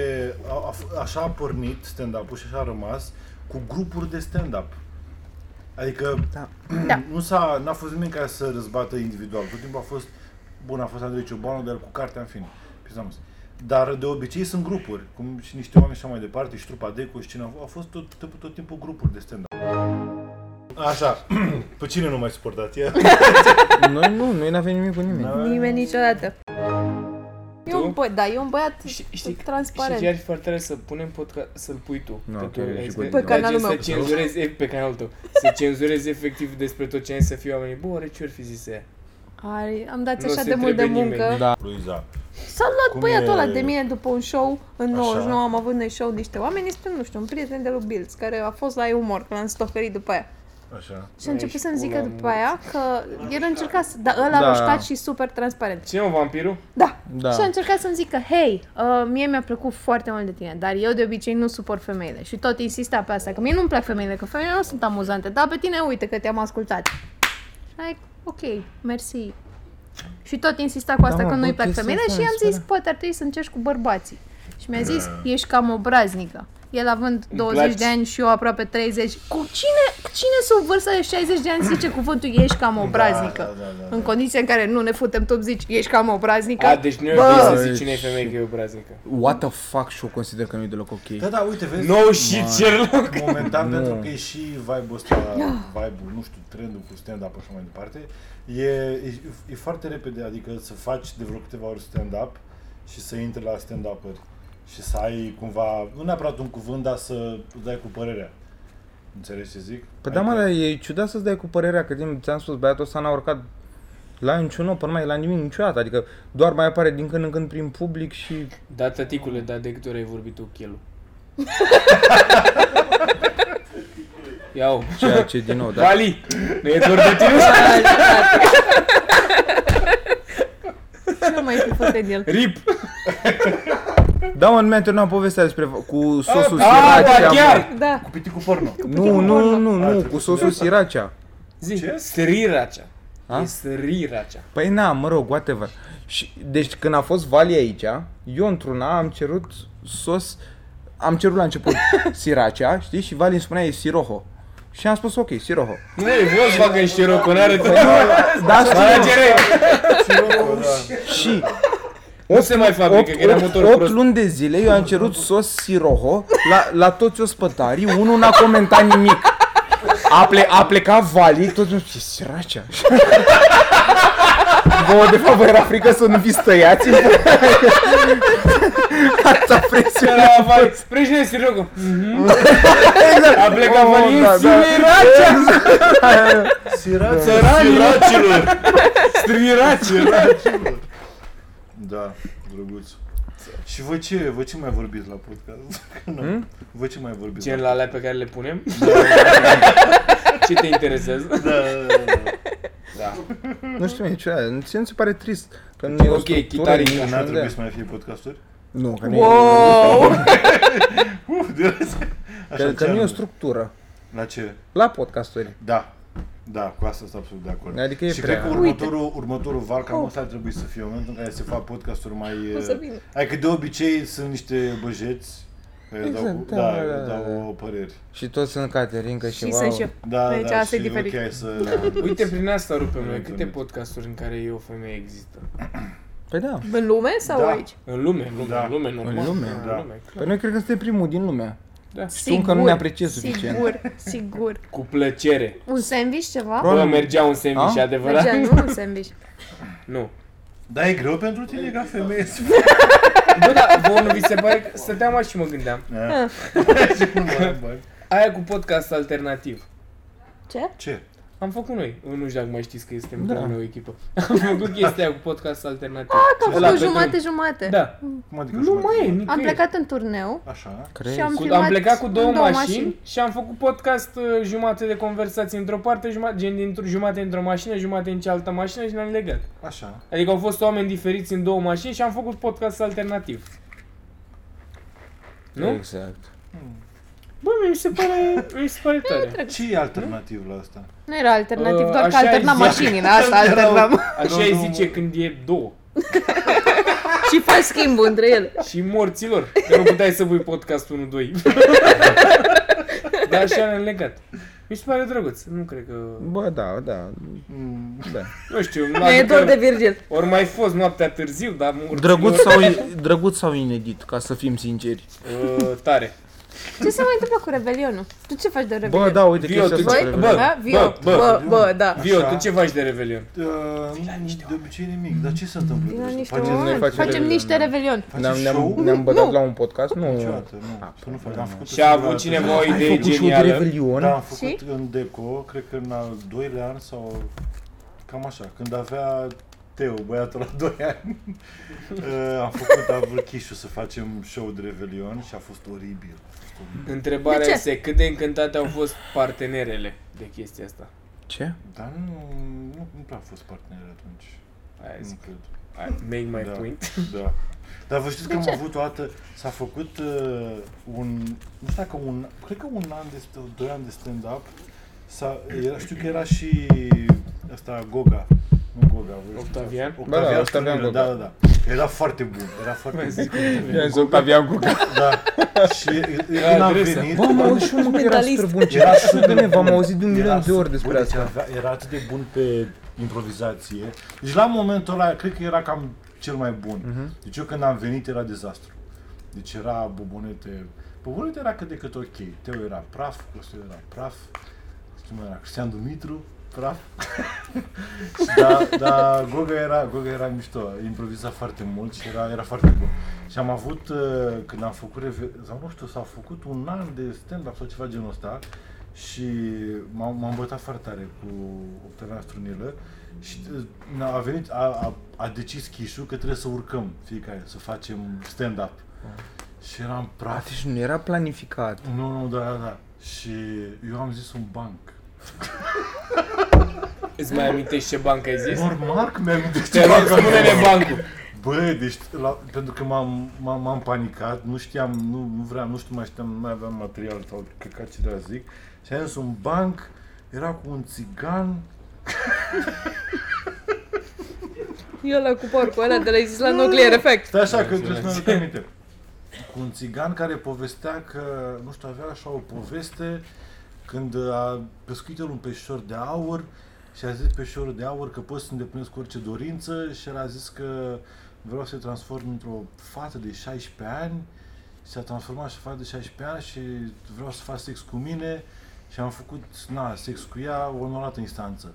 Speaker 4: a, a, așa a pornit stand-up-ul și așa a rămas cu grupuri de stand-up. Adică
Speaker 2: Da.
Speaker 4: nu s-a, n-a fost nimeni care să răzbată individual. Tot timpul a fost, bun, a fost Andrei Ciobanu, dar cu cartea în fine. Pizamus. Dar de obicei sunt grupuri, cum și niște oameni și așa mai departe, și trupa Deco și cine a, a fost tot, tot, tot timpul grupuri de stand-up. Așa, pe cine nu mai suportați? Ia.
Speaker 2: Noi nu, noi n-avem nimic cu
Speaker 1: Da,
Speaker 2: nimeni.
Speaker 5: Nimeni niciodată.
Speaker 3: E un băiat, da, e un băiat
Speaker 1: Și- Știi,
Speaker 3: transparent.
Speaker 1: Și chiar foarte tare să punem podca- să-l pui tu.
Speaker 2: Nu,
Speaker 1: Că
Speaker 2: ok,
Speaker 1: tu
Speaker 2: e și
Speaker 1: ai
Speaker 2: cu
Speaker 1: zis-
Speaker 2: Pe
Speaker 1: da,
Speaker 3: canalul
Speaker 1: gen,
Speaker 3: meu.
Speaker 1: Să cenzurezi, e, pe canalul tău. Să cenzurezi efectiv despre tot ce ai să fie oamenii. Bă, oare ce ori fi zis aia?
Speaker 3: Are, am dat
Speaker 1: Nu
Speaker 3: așa
Speaker 1: se
Speaker 3: de mult de
Speaker 1: trebuie
Speaker 3: muncă.
Speaker 1: nimeni.
Speaker 2: Da.
Speaker 4: Luiza.
Speaker 3: S-a luat
Speaker 4: Cum
Speaker 3: băiatul ăla
Speaker 4: e-
Speaker 3: de mine după un show, în
Speaker 4: Așa.
Speaker 3: 99 am avut noi show niște oameni, este, nu știu, un prieten de lui Bilz, care a fost la umor, că l-am stalkerit după aia.
Speaker 4: Așa.
Speaker 3: Și a început
Speaker 1: Ești
Speaker 3: să-mi zică
Speaker 1: pula
Speaker 3: după aia că el a încercat să... Dar ăla
Speaker 2: Da.
Speaker 3: da. roșcat și super transparent.
Speaker 1: Cine e un vampirul?
Speaker 3: Da.
Speaker 2: Da.
Speaker 3: da. Și a încercat să-mi zică, hei, uh, mie mi-a plăcut foarte mult de tine, dar eu de obicei nu suport femeile. Și tot insista pe asta, că mie nu-mi plac femeile, că femeile nu sunt amuzante, dar pe tine uite că te-am ascultat. Și ai, ok, mersi. Și tot insista cu asta
Speaker 2: mă,
Speaker 3: că
Speaker 2: bă,
Speaker 3: nu-i plac
Speaker 2: chestia
Speaker 3: femeile
Speaker 2: asta
Speaker 3: și
Speaker 2: mi
Speaker 3: i-am
Speaker 2: se
Speaker 3: zis,
Speaker 2: pare-
Speaker 3: poate ar trebui să încerci cu bărbații. Și mi-a zis, ești cam obraznică. el având 20 de ani și eu aproape 30, cu cine, cu cine sub vârsta de 60 de ani zice cuvântul ești cam obraznică?
Speaker 4: Da, da, da, da.
Speaker 3: În condiții în care nu ne futem tot zici ești cam obraznică?
Speaker 1: A, deci nu e ok să zici cine e femeie că e obraznică.
Speaker 2: What the fuck și eu consider că nu e deloc ok.
Speaker 4: Da, da, uite, vezi,
Speaker 1: No shit, Sherlock!
Speaker 4: momentan, pentru că e și vibe-ul ăsta, vibe-ul, nu știu, trendul cu stand-up și mai departe, e, e, e foarte repede, adică să faci de vreo câteva ori stand-up și să intri la stand-up-uri și să ai cumva, nu neapărat un cuvânt, dar să îți dai cu părerea. Înțelegi ce zic? Adică-
Speaker 2: Păi da, mă, dar e ciudat să-ți dai cu părerea, că din, ți-am spus, băiatul ăsta n-a urcat la niciun open mai la nimic niciodată, adică doar mai apare din când în când prin public și...
Speaker 1: Da, tăticule, da, de câte ori ai vorbit tu chelu? Iau.
Speaker 2: Ceea ce, din nou, da.
Speaker 1: Vali, nu e doar de tine?
Speaker 3: Nu mai fi fost de el.
Speaker 1: Rip!
Speaker 2: Da, mă, mi-a terminat povestea despre cu sosul
Speaker 1: A, da,
Speaker 2: siracea. mă.
Speaker 1: chiar!
Speaker 3: Da.
Speaker 4: Cu piticul porno.
Speaker 2: Nu, nu, nu, nu, cu sosul siracea.
Speaker 1: Zi,
Speaker 4: Ce?
Speaker 1: sriracea.
Speaker 2: A?
Speaker 1: E sriracea.
Speaker 2: Păi na, mă rog, whatever. Și, deci când a fost Vali aici, eu într-una am cerut sos, am cerut la început siracea, știi, și Vali îmi spunea e siroho. Și am spus ok, siroho.
Speaker 1: Nu e Volkswagen și roconare,
Speaker 2: Păi nu, da, știu,
Speaker 1: Managere!
Speaker 4: Cirocul, da.
Speaker 2: și
Speaker 1: Nu se mai fabrică, că era
Speaker 2: 8, 8,
Speaker 1: motor
Speaker 2: 8
Speaker 1: prost.
Speaker 2: luni de zile eu am cerut sos siroho la, la toți ospătarii, unul n-a comentat nimic. A, ple, a plecat Vali, toți mi-au zis, "E siracea. Bă, de fapt, vă era frică să nu fiți tăiați? Asta presiune.
Speaker 1: Era afară. Sprijine Sirocco.
Speaker 2: Exact.
Speaker 1: A plecat
Speaker 2: Oh,
Speaker 1: Vali,
Speaker 2: da,
Speaker 1: e
Speaker 2: da.
Speaker 1: sriracea! Da.
Speaker 4: Siraci.
Speaker 1: Țăranilor! Sriracea!
Speaker 4: Da, drăguț. Și voi ce, voi ce mai vorbiți la podcast? Că nu. Voi Hm? ce mai vorbiți Da.
Speaker 1: Gen
Speaker 4: la
Speaker 1: la alea pe care le punem? Ce te interesează?
Speaker 4: Da, da, da, da.
Speaker 2: Nu știu mie ce Ție nu se pare trist că nu e o
Speaker 1: Ok,
Speaker 2: structură,
Speaker 1: chitarica.
Speaker 2: nici
Speaker 4: N-ar
Speaker 2: unde.
Speaker 4: trebui să mai fie podcasturi?
Speaker 2: Nu, că nu e,
Speaker 3: Wow!
Speaker 4: Uh, de
Speaker 2: că,
Speaker 4: Așa,
Speaker 2: că nu e
Speaker 4: anume?
Speaker 2: o structură
Speaker 4: La ce?
Speaker 2: la podcasturi.
Speaker 4: Da. Da, cu asta sunt absolut de acord.
Speaker 2: Adică e
Speaker 4: și
Speaker 2: prea-
Speaker 4: cred că următorul, următorul val cam ăsta ar trebui să fie momentul în care se fac podcasturi mai...
Speaker 3: O să
Speaker 4: eh,
Speaker 3: vină.
Speaker 4: Adică de obicei sunt niște băjeți care dau,
Speaker 2: Exact,
Speaker 4: cu-
Speaker 2: da,
Speaker 4: da,
Speaker 2: da, da,
Speaker 4: dau păreri.
Speaker 2: Și toți sunt Caterinca și,
Speaker 3: Și
Speaker 2: wow.
Speaker 3: sunt și eu.
Speaker 4: Da,
Speaker 3: Deci
Speaker 4: da,
Speaker 3: asta e
Speaker 4: și
Speaker 3: diferit.
Speaker 4: ok să...
Speaker 1: Uite, prin asta rupem noi.
Speaker 4: Nu
Speaker 1: Câte
Speaker 4: înțeleg.
Speaker 1: podcasturi în care e o femeie există?
Speaker 2: Păi da.
Speaker 3: În lume sau
Speaker 4: Da.
Speaker 3: aici?
Speaker 1: În lume, în lume,
Speaker 4: Da.
Speaker 1: în lume, normal.
Speaker 2: În lume,
Speaker 4: da.
Speaker 1: lume.
Speaker 2: Păi noi cred că suntem primul din lume.
Speaker 1: Da.
Speaker 2: Știu că nu ne apreciez suficient.
Speaker 3: Sigur, sigur.
Speaker 1: Cu plăcere.
Speaker 3: Un sandwich ceva?
Speaker 1: Bă,
Speaker 2: Probabil.
Speaker 1: mergea un sandwich,
Speaker 2: A?
Speaker 1: adevărat?
Speaker 3: Mergea, nu un sandwich.
Speaker 1: Nu.
Speaker 4: Da, e greu pentru tine ca femeie să
Speaker 1: Bă, dar vouă nu vi se pare că stăteam așa și mă gândeam.
Speaker 4: Da.
Speaker 1: Aia cu podcast alternativ.
Speaker 3: Ce?
Speaker 4: Ce?
Speaker 1: Am făcut noi. Nu știu dacă mai știți că suntem
Speaker 2: Da.
Speaker 1: da. o echipă. Am făcut chestia cu podcast alternativ.
Speaker 3: Bă, Ah, Că am
Speaker 1: Ăla
Speaker 3: făcut
Speaker 1: pe drum.
Speaker 3: jumate-jumate.
Speaker 1: Da.
Speaker 4: Cum adică
Speaker 1: Nu
Speaker 4: jumătate?
Speaker 1: mai e, nicăieri.
Speaker 3: Am plecat în turneu
Speaker 4: Așa.
Speaker 2: Crezi?
Speaker 3: și am
Speaker 1: Cu,
Speaker 3: filmat
Speaker 1: am plecat cu
Speaker 3: în
Speaker 1: două, mașini, și am făcut podcast uh, jumate de conversații într-o parte, jumate, gen dintr-o jumate într-o mașină, jumate în cealaltă mașină și ne-am legat.
Speaker 4: Așa.
Speaker 1: Adică au fost oameni diferiți în două mașini și am făcut podcast alternativ. Nu?
Speaker 2: Exact.
Speaker 1: Bă, mi se pare, mi se pare tare.
Speaker 4: Ce e alternativ la asta?
Speaker 3: Nu era alternativ,
Speaker 1: Uh,
Speaker 3: doar că
Speaker 1: așa
Speaker 3: alternam
Speaker 1: ai zis.
Speaker 3: mașinile, asta alternam.
Speaker 1: Așa îi zice când e două.
Speaker 3: și faci schimbul între ele.
Speaker 1: Și morților, că nu puteai să pui podcast 1-2. Dar așa ne-am legat. Mi se pare drăguț, nu cred că...
Speaker 2: Bă, da, da,
Speaker 4: Mm,
Speaker 2: da.
Speaker 1: Nu știu,
Speaker 3: Ne e
Speaker 1: adică
Speaker 3: dor de Virgil.
Speaker 1: Ori mai fost noaptea târziu, dar morților...
Speaker 2: Drăguț sau, drăguț sau inedit, ca să fim sinceri.
Speaker 1: Uh, tare.
Speaker 3: Ce se mai întâmplă cu Revelionul? Tu ce faci de Revelion?
Speaker 2: Bă, da, uite
Speaker 1: Vio,
Speaker 2: chestia
Speaker 1: tu
Speaker 2: asta.
Speaker 1: ce...
Speaker 2: e
Speaker 1: Bă,
Speaker 2: vreo-
Speaker 3: da? Vio,
Speaker 1: bă,
Speaker 3: bă,
Speaker 1: bă,
Speaker 3: bă, da.
Speaker 1: Vio,
Speaker 4: Așa.
Speaker 1: tu ce faci de Revelion?
Speaker 4: Uh, de obicei nimic, dar ce se întâmplă?
Speaker 2: Păi
Speaker 3: Vino niște
Speaker 4: Faceți-
Speaker 2: noi
Speaker 3: oameni.
Speaker 2: facem
Speaker 3: Facem
Speaker 2: Revelion,
Speaker 3: niște
Speaker 2: da.
Speaker 3: Revelion.
Speaker 2: Ne-am, ne-am,
Speaker 4: show?
Speaker 2: ne-am băgat
Speaker 3: Nu.
Speaker 2: la un podcast? Nu.
Speaker 4: Niciodată, nu. Să nu fac. Am făcut
Speaker 1: Și a avut
Speaker 4: singură
Speaker 1: cineva
Speaker 4: dată.
Speaker 1: o idee
Speaker 2: Făcut și eu de
Speaker 1: genială.
Speaker 2: Revelion.
Speaker 4: Da, am
Speaker 3: Și?
Speaker 4: făcut în Deco, cred că în al doilea an sau cam așa, când avea Teo, băiatul la 2 ani, uh, am făcut avârchișul să facem show de Revelion și a fost oribil. A fost oribil.
Speaker 3: De
Speaker 1: Întrebarea
Speaker 3: ce?
Speaker 1: este cât de încântate au fost partenerele de chestia asta.
Speaker 2: Ce?
Speaker 4: Dar nu, nu, nu prea a fost partener atunci.
Speaker 1: Aia
Speaker 4: Nu
Speaker 1: zic.
Speaker 4: cred.
Speaker 1: Aia, Make my
Speaker 4: Da.
Speaker 1: point.
Speaker 4: Da. Dar vă știți că am avut o dată, s-a făcut uh, un, nu știu dacă un, cred că un an de, st- doi ani de stand-up, s-a, era, știu că era și ăsta Goga, nu Goga, voi știți.
Speaker 1: Octavian?
Speaker 2: Ba da,
Speaker 4: Octavian
Speaker 2: Octavian
Speaker 4: Stănilă,
Speaker 2: Goga.
Speaker 4: da, da, da. Era foarte bun, era foarte bun.
Speaker 6: I-am zis, Octavian Guga.
Speaker 4: Da. Și eu- eu când am
Speaker 2: adresa.
Speaker 4: venit,
Speaker 2: Bă, mă, și unul era
Speaker 7: Mentalist.
Speaker 2: super bun.
Speaker 4: Era
Speaker 2: Era super bun.
Speaker 4: super
Speaker 2: V-am auzit de un
Speaker 4: Era
Speaker 2: milion de
Speaker 4: super-
Speaker 2: ori despre
Speaker 4: bă,
Speaker 2: asta.
Speaker 4: Deci avea, era atât de bun pe improvizație. Deci la momentul ăla, cred că era cam cel mai bun.
Speaker 2: Mhm.
Speaker 4: Deci eu când am venit era dezastru. Deci era bubonete... Bubonete era cât de cât ok. Teo era praf, Costel era praf, cum era Cristian Dumitru, praf. da, da, Goga era, Goga era mișto, improviza foarte mult și era, era foarte bun. Și am avut, uh, când am făcut, reve- sau nu știu, s-a făcut un an de stand-up sau ceva genul ăsta și m-am, m-am bătat foarte tare cu Octavian Strunilă și uh, na, a venit, a, a, a decis Chișu că trebuie să urcăm fiecare, să facem stand-up.
Speaker 2: Ah.
Speaker 4: Și eram
Speaker 2: A,
Speaker 4: praf.
Speaker 2: deci nu era planificat.
Speaker 4: Nu, nu, da, da, da. Și eu am zis un banc.
Speaker 2: Îți mai amintești ce bancă ai zis?
Speaker 4: Normal că mi-am gândit
Speaker 2: Te rog, spune-ne bancul.
Speaker 4: Bă, deci, la, pentru că m-am, m-am, m-am panicat, nu știam, nu, nu vreau, nu știu, mai știam, nu mai aveam material sau căcat ce de la zic. Și am zis un banc, era cu un țigan,
Speaker 3: Eu la cu porcul ăla de la zis la Nuclear Effect.
Speaker 4: stai așa că trebuie să mă aduc aminte. Cu un țigan care povestea că, nu știu, avea așa o poveste când a pescuit el un peșor de aur și a zis peșorul de aur că poți să îndeplinesc orice dorință și el a zis că vreau să te transform într-o fată de 16 ani și s-a transformat și fată de 16 ani și vreau să faci sex cu mine și am făcut, na, sex cu ea onorată instanță.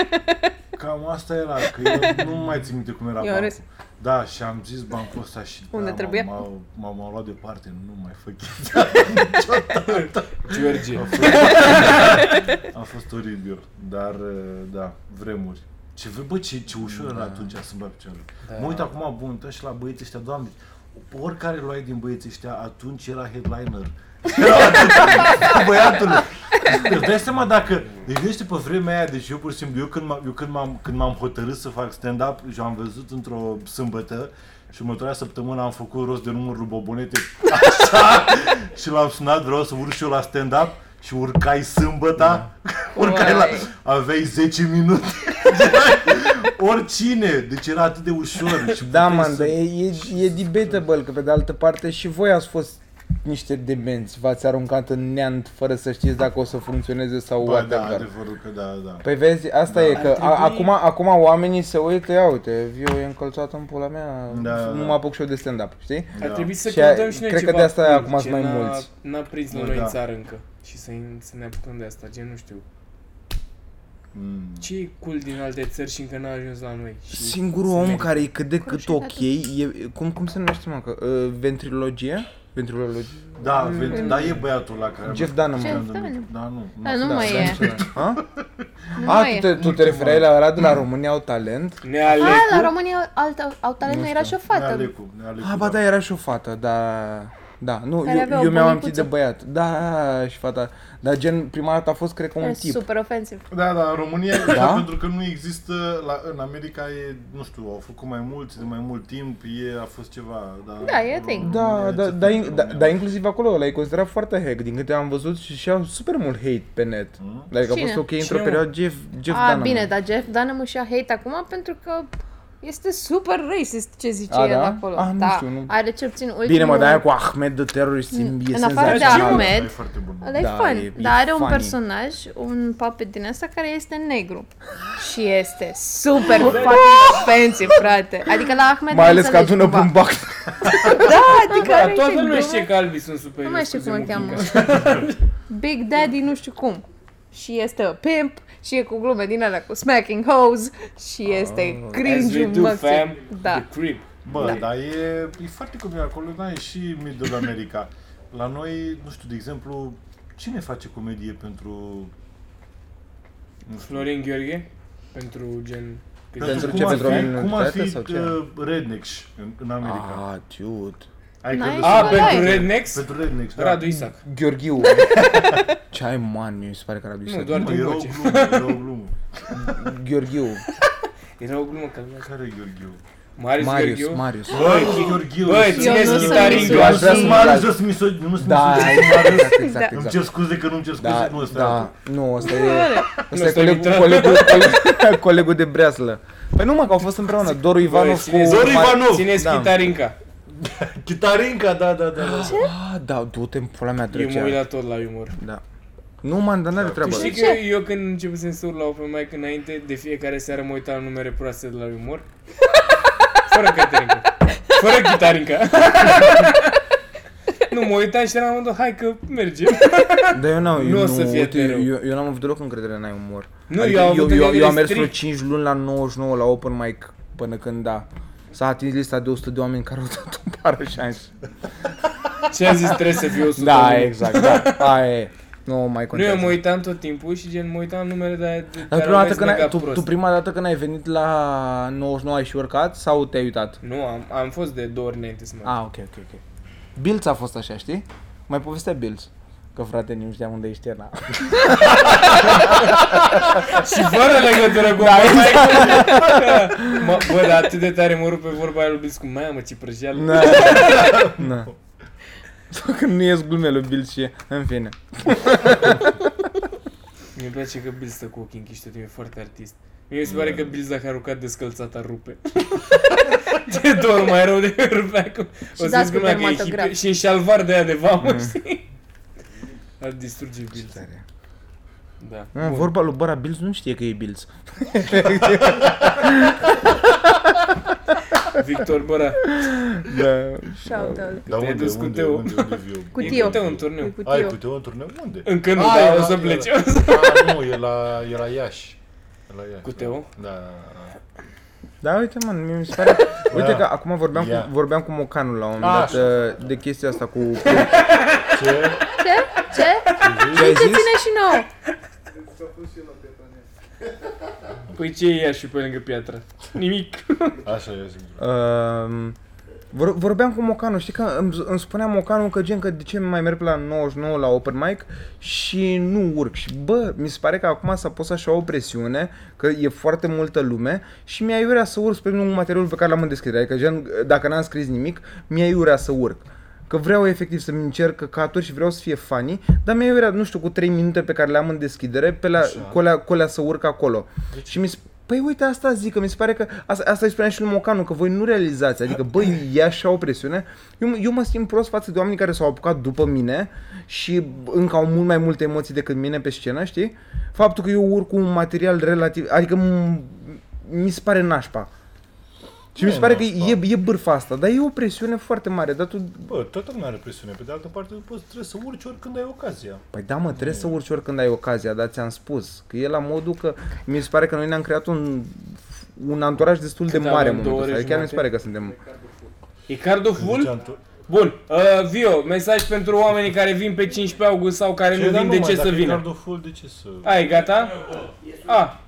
Speaker 4: Cam asta era, că eu nu mai țin minte cum era
Speaker 3: Eu
Speaker 4: bancul.
Speaker 3: râs.
Speaker 4: Da, și am zis bancul ăsta și
Speaker 3: Unde
Speaker 4: da,
Speaker 3: trebuie?
Speaker 4: m-am- M-am, m-am luat departe, nu mai fac chestia
Speaker 2: George.
Speaker 4: A fost oribil, dar uh, da, vremuri. Ce vre, bă, ce, ce ușor era atunci să îmi bag picioarele. Mă uit acum, bun, tăi și la băieții ăștia, doamne, oricare luai din băieții ăștia, atunci era headliner. Era atunci, băiatul. Îți dai seama dacă, deci gândește pe vremea aia, deci eu pur și simplu, eu când m-am, eu când m-am, când m-am hotărât să fac stand-up și am văzut într-o sâmbătă și următoarea săptămână am făcut rost de numărul lui Bobonete așa și l-am sunat, vreau să urc și eu la stand-up și urcai sâmbăta,
Speaker 1: Da.
Speaker 4: urcai la, aveai 10 minute, oricine, deci era atât de ușor. Și
Speaker 2: Da,
Speaker 4: puteai
Speaker 2: man,
Speaker 4: să-
Speaker 2: dar e, e, e debatable, că pe de altă parte și voi ați fost niște demenți, v-ați aruncat în neant fără să știți dacă o să funcționeze sau
Speaker 4: Bă, da,
Speaker 2: whatever.
Speaker 4: adevărul că da, da.
Speaker 2: Păi vezi, asta e, că a, acum, acum oamenii se uită, ia uite, eu e încălțat în pula mea,
Speaker 4: Da, da,
Speaker 2: nu
Speaker 4: da.
Speaker 2: mă apuc și eu de stand-up, știi?
Speaker 1: Ar trebui să
Speaker 2: Și
Speaker 1: căutăm
Speaker 2: a-
Speaker 1: și noi
Speaker 2: cred că
Speaker 1: ceva
Speaker 2: de asta
Speaker 1: cool,
Speaker 2: acum
Speaker 1: ce
Speaker 2: sunt mai
Speaker 1: n-a-
Speaker 2: mulți.
Speaker 1: N-a prins la
Speaker 4: Bă,
Speaker 1: noi
Speaker 4: da.
Speaker 1: în țară încă. Și să, să ne apucăm de asta, gen, nu știu.
Speaker 4: Mm.
Speaker 1: Ce e cool din alte țări și încă n-a ajuns la noi? Și
Speaker 2: Singurul
Speaker 1: să
Speaker 2: om
Speaker 1: ne-
Speaker 2: care e cât de cât
Speaker 3: Cunoști
Speaker 2: ok, e, cum, cum se numește, mă, că, uh, ventrilogie? Ventrilogie?
Speaker 4: Da,
Speaker 3: Mm.
Speaker 4: vezi, da, e băiatul la care...
Speaker 2: Jeff Dunham.
Speaker 3: Ce?
Speaker 4: Da, nu, da, nu.
Speaker 3: Da, nu
Speaker 2: Da,
Speaker 3: mai e.
Speaker 2: A?
Speaker 3: Nu
Speaker 2: A,
Speaker 3: mai
Speaker 2: tu
Speaker 3: e.
Speaker 2: te, tu te referai la ăla de la România au talent?
Speaker 1: Nealecu.
Speaker 3: A, Ah, la România altă, au talent nu era și o fată.
Speaker 4: Nealecu, Nealecu,
Speaker 2: Ah, ba da, era și o fată, da... Da, nu,
Speaker 3: Care
Speaker 2: eu,
Speaker 3: avea o
Speaker 2: eu mi-am amintit
Speaker 3: bunicuță.
Speaker 2: de băiat. Da, și fata. Dar gen, prima dată a fost, cred că, un
Speaker 3: E
Speaker 2: tip.
Speaker 3: super ofensiv.
Speaker 4: Da, da, în România, da?
Speaker 2: Da?
Speaker 4: pentru că nu există, la, în America e, nu știu, au făcut mai mulți, de mai mult timp, e, a fost ceva, da.
Speaker 3: Da, e thing.
Speaker 2: Da, da, da, in- da, da,
Speaker 4: da,
Speaker 2: inclusiv acolo l-ai considerat foarte hack, din câte am văzut și și-au super mult hate pe net.
Speaker 4: Mhm.
Speaker 2: Adică a
Speaker 3: Cine?
Speaker 2: fost ok într-o
Speaker 1: Mm? Cine, mă?
Speaker 2: perioadă Jeff, Jeff
Speaker 3: A,
Speaker 2: Dunham.
Speaker 3: Ah, bine, dar Jeff Dunham își ia hate acum pentru că este super racist ce zice
Speaker 2: A,
Speaker 3: el
Speaker 2: da?
Speaker 3: acolo.
Speaker 2: Ah, nu
Speaker 3: da,
Speaker 2: știu, nu-
Speaker 3: Are cel puțin ultimul...
Speaker 2: Bine, mă, dar aia cu Ahmed de terrorist e
Speaker 3: afară de
Speaker 2: senzațional.
Speaker 3: Ahmed,
Speaker 4: Da, E foarte bun.
Speaker 3: Ăla e
Speaker 2: Da,
Speaker 3: fun,
Speaker 2: e- e
Speaker 3: dar are un
Speaker 2: funny.
Speaker 3: personaj, un puppet din asta care este negru. Și este super fucking ofensiv, frate. Adică la Ahmed
Speaker 2: Mai
Speaker 3: nu
Speaker 2: ales că
Speaker 3: înțelegi
Speaker 2: adună
Speaker 3: cumva.
Speaker 2: bumbac.
Speaker 3: Da, adică
Speaker 1: Da,
Speaker 3: are
Speaker 1: toată
Speaker 3: niște
Speaker 1: lumea
Speaker 3: glume.
Speaker 1: știe că albii sunt superiori.
Speaker 3: Nu mai știu
Speaker 1: scuze,
Speaker 3: cum îl
Speaker 1: mă,
Speaker 3: cheamă.
Speaker 1: Kinga.
Speaker 3: Big Daddy nu știu cum. Și este pimp și e cu glume din alea cu smacking hose și este
Speaker 1: Ah. As we
Speaker 3: cringe
Speaker 1: do, fam,
Speaker 3: maxim. Da.
Speaker 1: the creep.
Speaker 4: Bă, da. dar e, e foarte complicat acolo, da, e și Middle America. La noi, nu știu, de exemplu, cine face comedie pentru... Nu știu,
Speaker 1: Florin Gheorghe, pentru gen... că-
Speaker 2: Pentru
Speaker 4: cum
Speaker 2: ce?
Speaker 4: ar
Speaker 2: Pentru
Speaker 4: fi,
Speaker 2: o
Speaker 4: cum ar
Speaker 2: minoritate
Speaker 4: fi
Speaker 2: sau ce?
Speaker 4: uh, rednecks în, în America?
Speaker 2: Ah, dude.
Speaker 4: Ai
Speaker 3: N-ai
Speaker 4: crezut-
Speaker 3: și
Speaker 1: A,
Speaker 3: Bă, da,
Speaker 1: pentru
Speaker 3: e.
Speaker 1: Rednex?
Speaker 4: Pentru rednecks, da.
Speaker 1: Radu Isac.
Speaker 2: Gheorghiu. Ce ai, man, mi se pare că era
Speaker 1: Nu,
Speaker 2: biserică.
Speaker 1: doar
Speaker 4: Mă,
Speaker 1: din
Speaker 4: era o
Speaker 1: voce.
Speaker 4: glumă, era o glumă.
Speaker 2: Gheorghiu.
Speaker 1: Era o glumă că lumea
Speaker 4: Care e Gheorghiu?
Speaker 1: Marius,
Speaker 2: Marius,
Speaker 1: Gheorghiu?
Speaker 2: Marius.
Speaker 4: Băi, Gheorghiu,
Speaker 8: Băi,
Speaker 4: sunt-
Speaker 8: țineți
Speaker 3: nu sunt
Speaker 8: chitaringul.
Speaker 2: Eu aș
Speaker 4: Nu
Speaker 2: vrea să
Speaker 4: sunt Marius, eu
Speaker 2: mă...
Speaker 4: sunt misog- nu sunt
Speaker 2: Da,
Speaker 4: misogin.
Speaker 2: exact, exact,
Speaker 4: Îmi
Speaker 2: exact.
Speaker 4: cer scuze că nu-mi cer scuze,
Speaker 2: Da,
Speaker 4: nu ăsta e
Speaker 2: da,
Speaker 4: altul.
Speaker 2: nu, ăsta e,
Speaker 1: Nu,
Speaker 2: ăsta e
Speaker 1: ăsta e
Speaker 2: colegul,
Speaker 1: Mitran.
Speaker 2: colegul, colegul, colegul de breaslă. Păi nu mă, că au fost împreună Doru Ivanov cu...
Speaker 1: țineți-
Speaker 4: Doru Ivanov!
Speaker 1: Țineți
Speaker 2: Da.
Speaker 1: chitarinca.
Speaker 4: Chitarinca, da, da, da. da.
Speaker 2: Ah, da, du-te în pula mea,
Speaker 1: Eu mă uit
Speaker 2: trecea.
Speaker 1: la tot la umor.
Speaker 2: Da. Nu, man, dar n-are
Speaker 1: Da, Tu
Speaker 2: treabă.
Speaker 1: știi că eu, eu când încep să se urla o mai că înainte, de fiecare seară mă uitam la numere proaste de la umor. Fără caterinca. Fără chitarinca. nu, mă uitam și eram în modul, hai că merge.
Speaker 2: Dar eu n-am,
Speaker 1: Nu
Speaker 2: eu,
Speaker 1: o să
Speaker 2: nu,
Speaker 1: fie
Speaker 2: uite, eu,
Speaker 1: rău.
Speaker 2: eu, eu n-am avut deloc încredere în ai umor. Adică
Speaker 1: Nu, eu am
Speaker 2: eu,
Speaker 1: avut
Speaker 2: eu, eu
Speaker 1: încredere
Speaker 2: am mers vreo
Speaker 1: strict.
Speaker 2: 5 luni la 99 la open mic până când da. S-a atins lista de 100 de oameni care au dat un pară șansă.
Speaker 1: Da, Ce a zis, trebuie să fiu 100
Speaker 2: Da, exact, da. Aia e. Nu mai
Speaker 1: Nu, eu
Speaker 2: contează.
Speaker 1: mă uitam tot timpul și gen mă uitam numele de aia de
Speaker 2: Dar
Speaker 1: care
Speaker 2: prima dată
Speaker 1: lumea
Speaker 2: când
Speaker 1: se
Speaker 2: ai,
Speaker 1: nega
Speaker 2: tu,
Speaker 1: prost.
Speaker 2: tu prima dată când ai venit la 99 ai și urcat sau te-ai uitat?
Speaker 1: Nu, am, am fost de două ori înainte să mă
Speaker 2: Ah, ok, ok, ok. Bilz a fost așa, știi? Mai povestea Bilz. Că frate, nu știam unde ești era.
Speaker 1: Și fără legătură cu da, exact. mă, Bă, dar atât de tare mă rup pe vorba aia lui Blitz cu mea, mă, ce prăjeală.
Speaker 2: Na. Na. Sau când nu ies glumele lui Bilz și e- în fine.
Speaker 1: Mi-e place că Bill stă cu ochii închiși tot timpul, e foarte artist. Mie mi se pare că Bill dacă a rucat descălțat ar rupe. De doar mai rău de rupe acum. O
Speaker 3: dați
Speaker 1: să
Speaker 3: da, cu
Speaker 1: zic că e
Speaker 3: dermatograf.
Speaker 1: hippie și în șalvar de aia de vamă,
Speaker 4: Mm.
Speaker 1: știi? Ar distruge Bill. Da.
Speaker 4: Ah,
Speaker 2: Mă,
Speaker 1: Bun.
Speaker 2: vorba lui Bara Bilz nu știe că e Bilz.
Speaker 1: Victor Bora,
Speaker 2: Da.
Speaker 3: Shout out.
Speaker 4: Dar
Speaker 1: Te-ai
Speaker 4: unde,
Speaker 1: dus cu
Speaker 4: unde,
Speaker 1: Teo.
Speaker 4: unde, unde viu?
Speaker 3: Cu
Speaker 1: e
Speaker 3: Teo.
Speaker 1: cu tău în turneu.
Speaker 3: Cu
Speaker 4: Ai
Speaker 3: tio.
Speaker 4: cu Teo în turneu? Unde?
Speaker 1: Încă nu,
Speaker 4: Ah,
Speaker 1: dar
Speaker 3: da,
Speaker 4: era-
Speaker 1: o să
Speaker 4: era-
Speaker 1: plece.
Speaker 4: Ah, nu, e la, e la Iași. E la Iași.
Speaker 1: Cu Teo?
Speaker 4: Da, da, da.
Speaker 2: Da, uite, mă, mie mi se pare... Uite
Speaker 4: Da.
Speaker 2: că acum vorbeam,
Speaker 4: Ia.
Speaker 2: cu, vorbeam cu Mocanul la un moment
Speaker 4: A,
Speaker 2: dat
Speaker 4: așa.
Speaker 2: uh, de chestia asta cu...
Speaker 4: Ce?
Speaker 3: Ce? Ce?
Speaker 2: Ce ai zis?
Speaker 3: Ține și nouă.
Speaker 1: Păi ce e ea și pe lângă piatră? Nimic.
Speaker 4: Așa e singur.
Speaker 2: Um, vor, vorbeam cu Mocanu, știi că îmi, îmi spunea Mocanu că gen că de ce mai merg la 99 la open mic și nu urc. Și bă, mi se pare că acum s-a pus așa o presiune, că e foarte multă lume și mi-a iurea să urc spre un material pe care l-am în descriere. Adică gen, dacă n-am scris nimic, mi-a iurea să urc. Că vreau efectiv să-mi încerc căcaturi și vreau să fie funny, dar mi-a iurea, nu știu, cu 3 minute pe care le-am în deschidere, pe la,
Speaker 4: Așa. Deci-
Speaker 2: colea, colea să urc acolo. Și mi se, Păi uite, asta zic, că mi se pare că asta, asta îi spunea și lui Mocanu, că voi nu realizați, adică băi, e așa o presiune. Eu, m- eu mă simt prost față de oamenii care s-au apucat după mine și încă au mult mai multe emoții decât mine pe scenă, știi? Faptul că eu urc cu un material relativ, adică m- mi se pare nașpa. Și
Speaker 4: Nu
Speaker 2: mi se pare că
Speaker 4: nașpa.
Speaker 2: e, e bârfa asta, dar e o presiune foarte mare, dar tu...
Speaker 4: Bă, toată lumea are presiune. Pe de altă parte, poți trebuie să urci oricând ai ocazia.
Speaker 2: Păi da, mă, trebuie să urci oricând ai ocazia, dar ți-am spus că e la modul că mi se pare că noi ne-am creat un un anturaj destul de
Speaker 1: Cât
Speaker 2: mare
Speaker 1: avem?
Speaker 2: în momentul
Speaker 1: Două
Speaker 2: ăsta.
Speaker 1: ore
Speaker 2: Adică chiar mi se pare
Speaker 1: jumate?
Speaker 2: că suntem...
Speaker 1: E cardul full?
Speaker 4: Ziceam tu-
Speaker 1: Bun, uh, Vio, mesaj pentru oamenii care vin pe 15 august sau care nu
Speaker 4: Păi dar
Speaker 1: vin, de
Speaker 4: mai,
Speaker 1: ce
Speaker 4: dacă
Speaker 1: să
Speaker 4: e
Speaker 1: vină?
Speaker 4: Ricardo Full, de ce să...
Speaker 1: Ai, gata? A.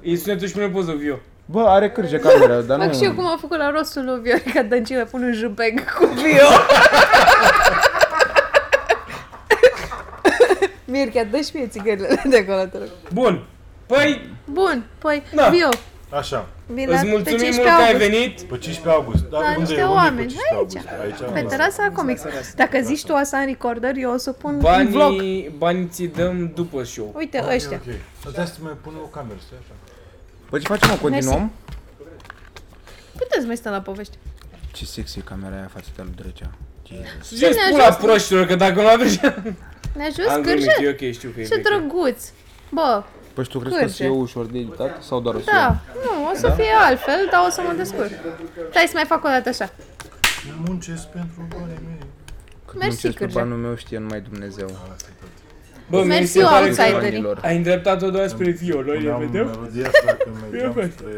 Speaker 1: E sunetul și pune poză, Vio.
Speaker 2: Bă, are cârje camera, dar
Speaker 1: Ah.
Speaker 3: Fac
Speaker 2: nu...
Speaker 3: și eu cum am făcut la rostul lui Viorica Dăncilă, pun un jupec cu Vio. Mircea, dă și mie țigările de acolo, te rog.
Speaker 1: Bun. Păi,
Speaker 3: Bun, păi,
Speaker 1: Da.
Speaker 3: Vio,
Speaker 4: Așa,
Speaker 3: vin la
Speaker 1: îți
Speaker 3: pe
Speaker 1: mulțumim
Speaker 3: 15
Speaker 1: mult că ai
Speaker 3: august.
Speaker 1: venit.
Speaker 4: pe 15 august. Dar
Speaker 3: La
Speaker 4: unde,
Speaker 3: niște
Speaker 4: unde e pe
Speaker 3: oamenii.
Speaker 4: 15
Speaker 3: Aici.
Speaker 4: august? Aici.
Speaker 3: Pe terasa comics. Dacă zici tu asta în recorder, eu o să pun în vlog.
Speaker 1: Banii, banii ți dăm după show.
Speaker 3: Uite, ăștia.
Speaker 4: Ok, dar de asta mai pune o cameră, stai așa.
Speaker 2: Păi ce facem, mă? Continuăm?
Speaker 3: Puteți mai stăm la povești.
Speaker 2: Ce sexy e camera aia față de al lui Drăgea. Jesus.
Speaker 1: Ce
Speaker 3: ne
Speaker 1: spun la
Speaker 3: ajută?
Speaker 1: proștilor că dacă nu aveți...
Speaker 3: Ne-a
Speaker 1: Am
Speaker 3: ajuns
Speaker 1: glumit, e
Speaker 3: cârjă?
Speaker 1: ok, știu că e
Speaker 3: Ce
Speaker 1: veche.
Speaker 3: drăguț! Bă,
Speaker 2: Păi și tu crezi
Speaker 3: Cârje.
Speaker 2: că e ușor de editat sau doar o să
Speaker 3: da, nu, o să fie altfel, dar o să mă descurc. Stai să mai fac o dată așa.
Speaker 4: Muncesc pentru banii mei.
Speaker 2: Cât
Speaker 3: Mersi,
Speaker 2: muncesc pe
Speaker 3: Cârje.
Speaker 2: banul meu știe numai Dumnezeu.
Speaker 1: Bă, mi
Speaker 3: Mersi
Speaker 1: se
Speaker 3: eu,
Speaker 1: pare că
Speaker 3: outsider.
Speaker 2: Banilor.
Speaker 1: ai îndreptat-o doar spre Vio, noi ne
Speaker 4: Puneam
Speaker 1: vedem.
Speaker 4: melodia asta când mergeam
Speaker 1: Perfect.
Speaker 4: spre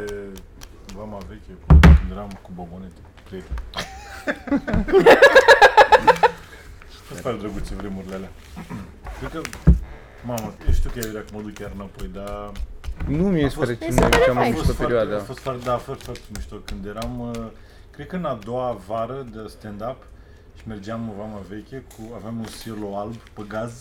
Speaker 4: Vama Veche, cu- când eram cu bobonete, prieteni. Asta ar drăguțe vremurile alea. Cred că, mamă, eu știu că e dacă mă duc chiar înapoi, dar
Speaker 2: Nu mi-e
Speaker 4: fost-
Speaker 2: spune
Speaker 3: Mi se pare
Speaker 2: cea mai
Speaker 4: a
Speaker 3: fain.
Speaker 2: mișto
Speaker 4: fost foarte, a
Speaker 2: perioadă.
Speaker 4: fost foarte, da, a fost foarte mișto. Când eram, uh, cred că în a doua vară de stand-up și mergeam în Vama Veche, cu, aveam un silo alb pe gaz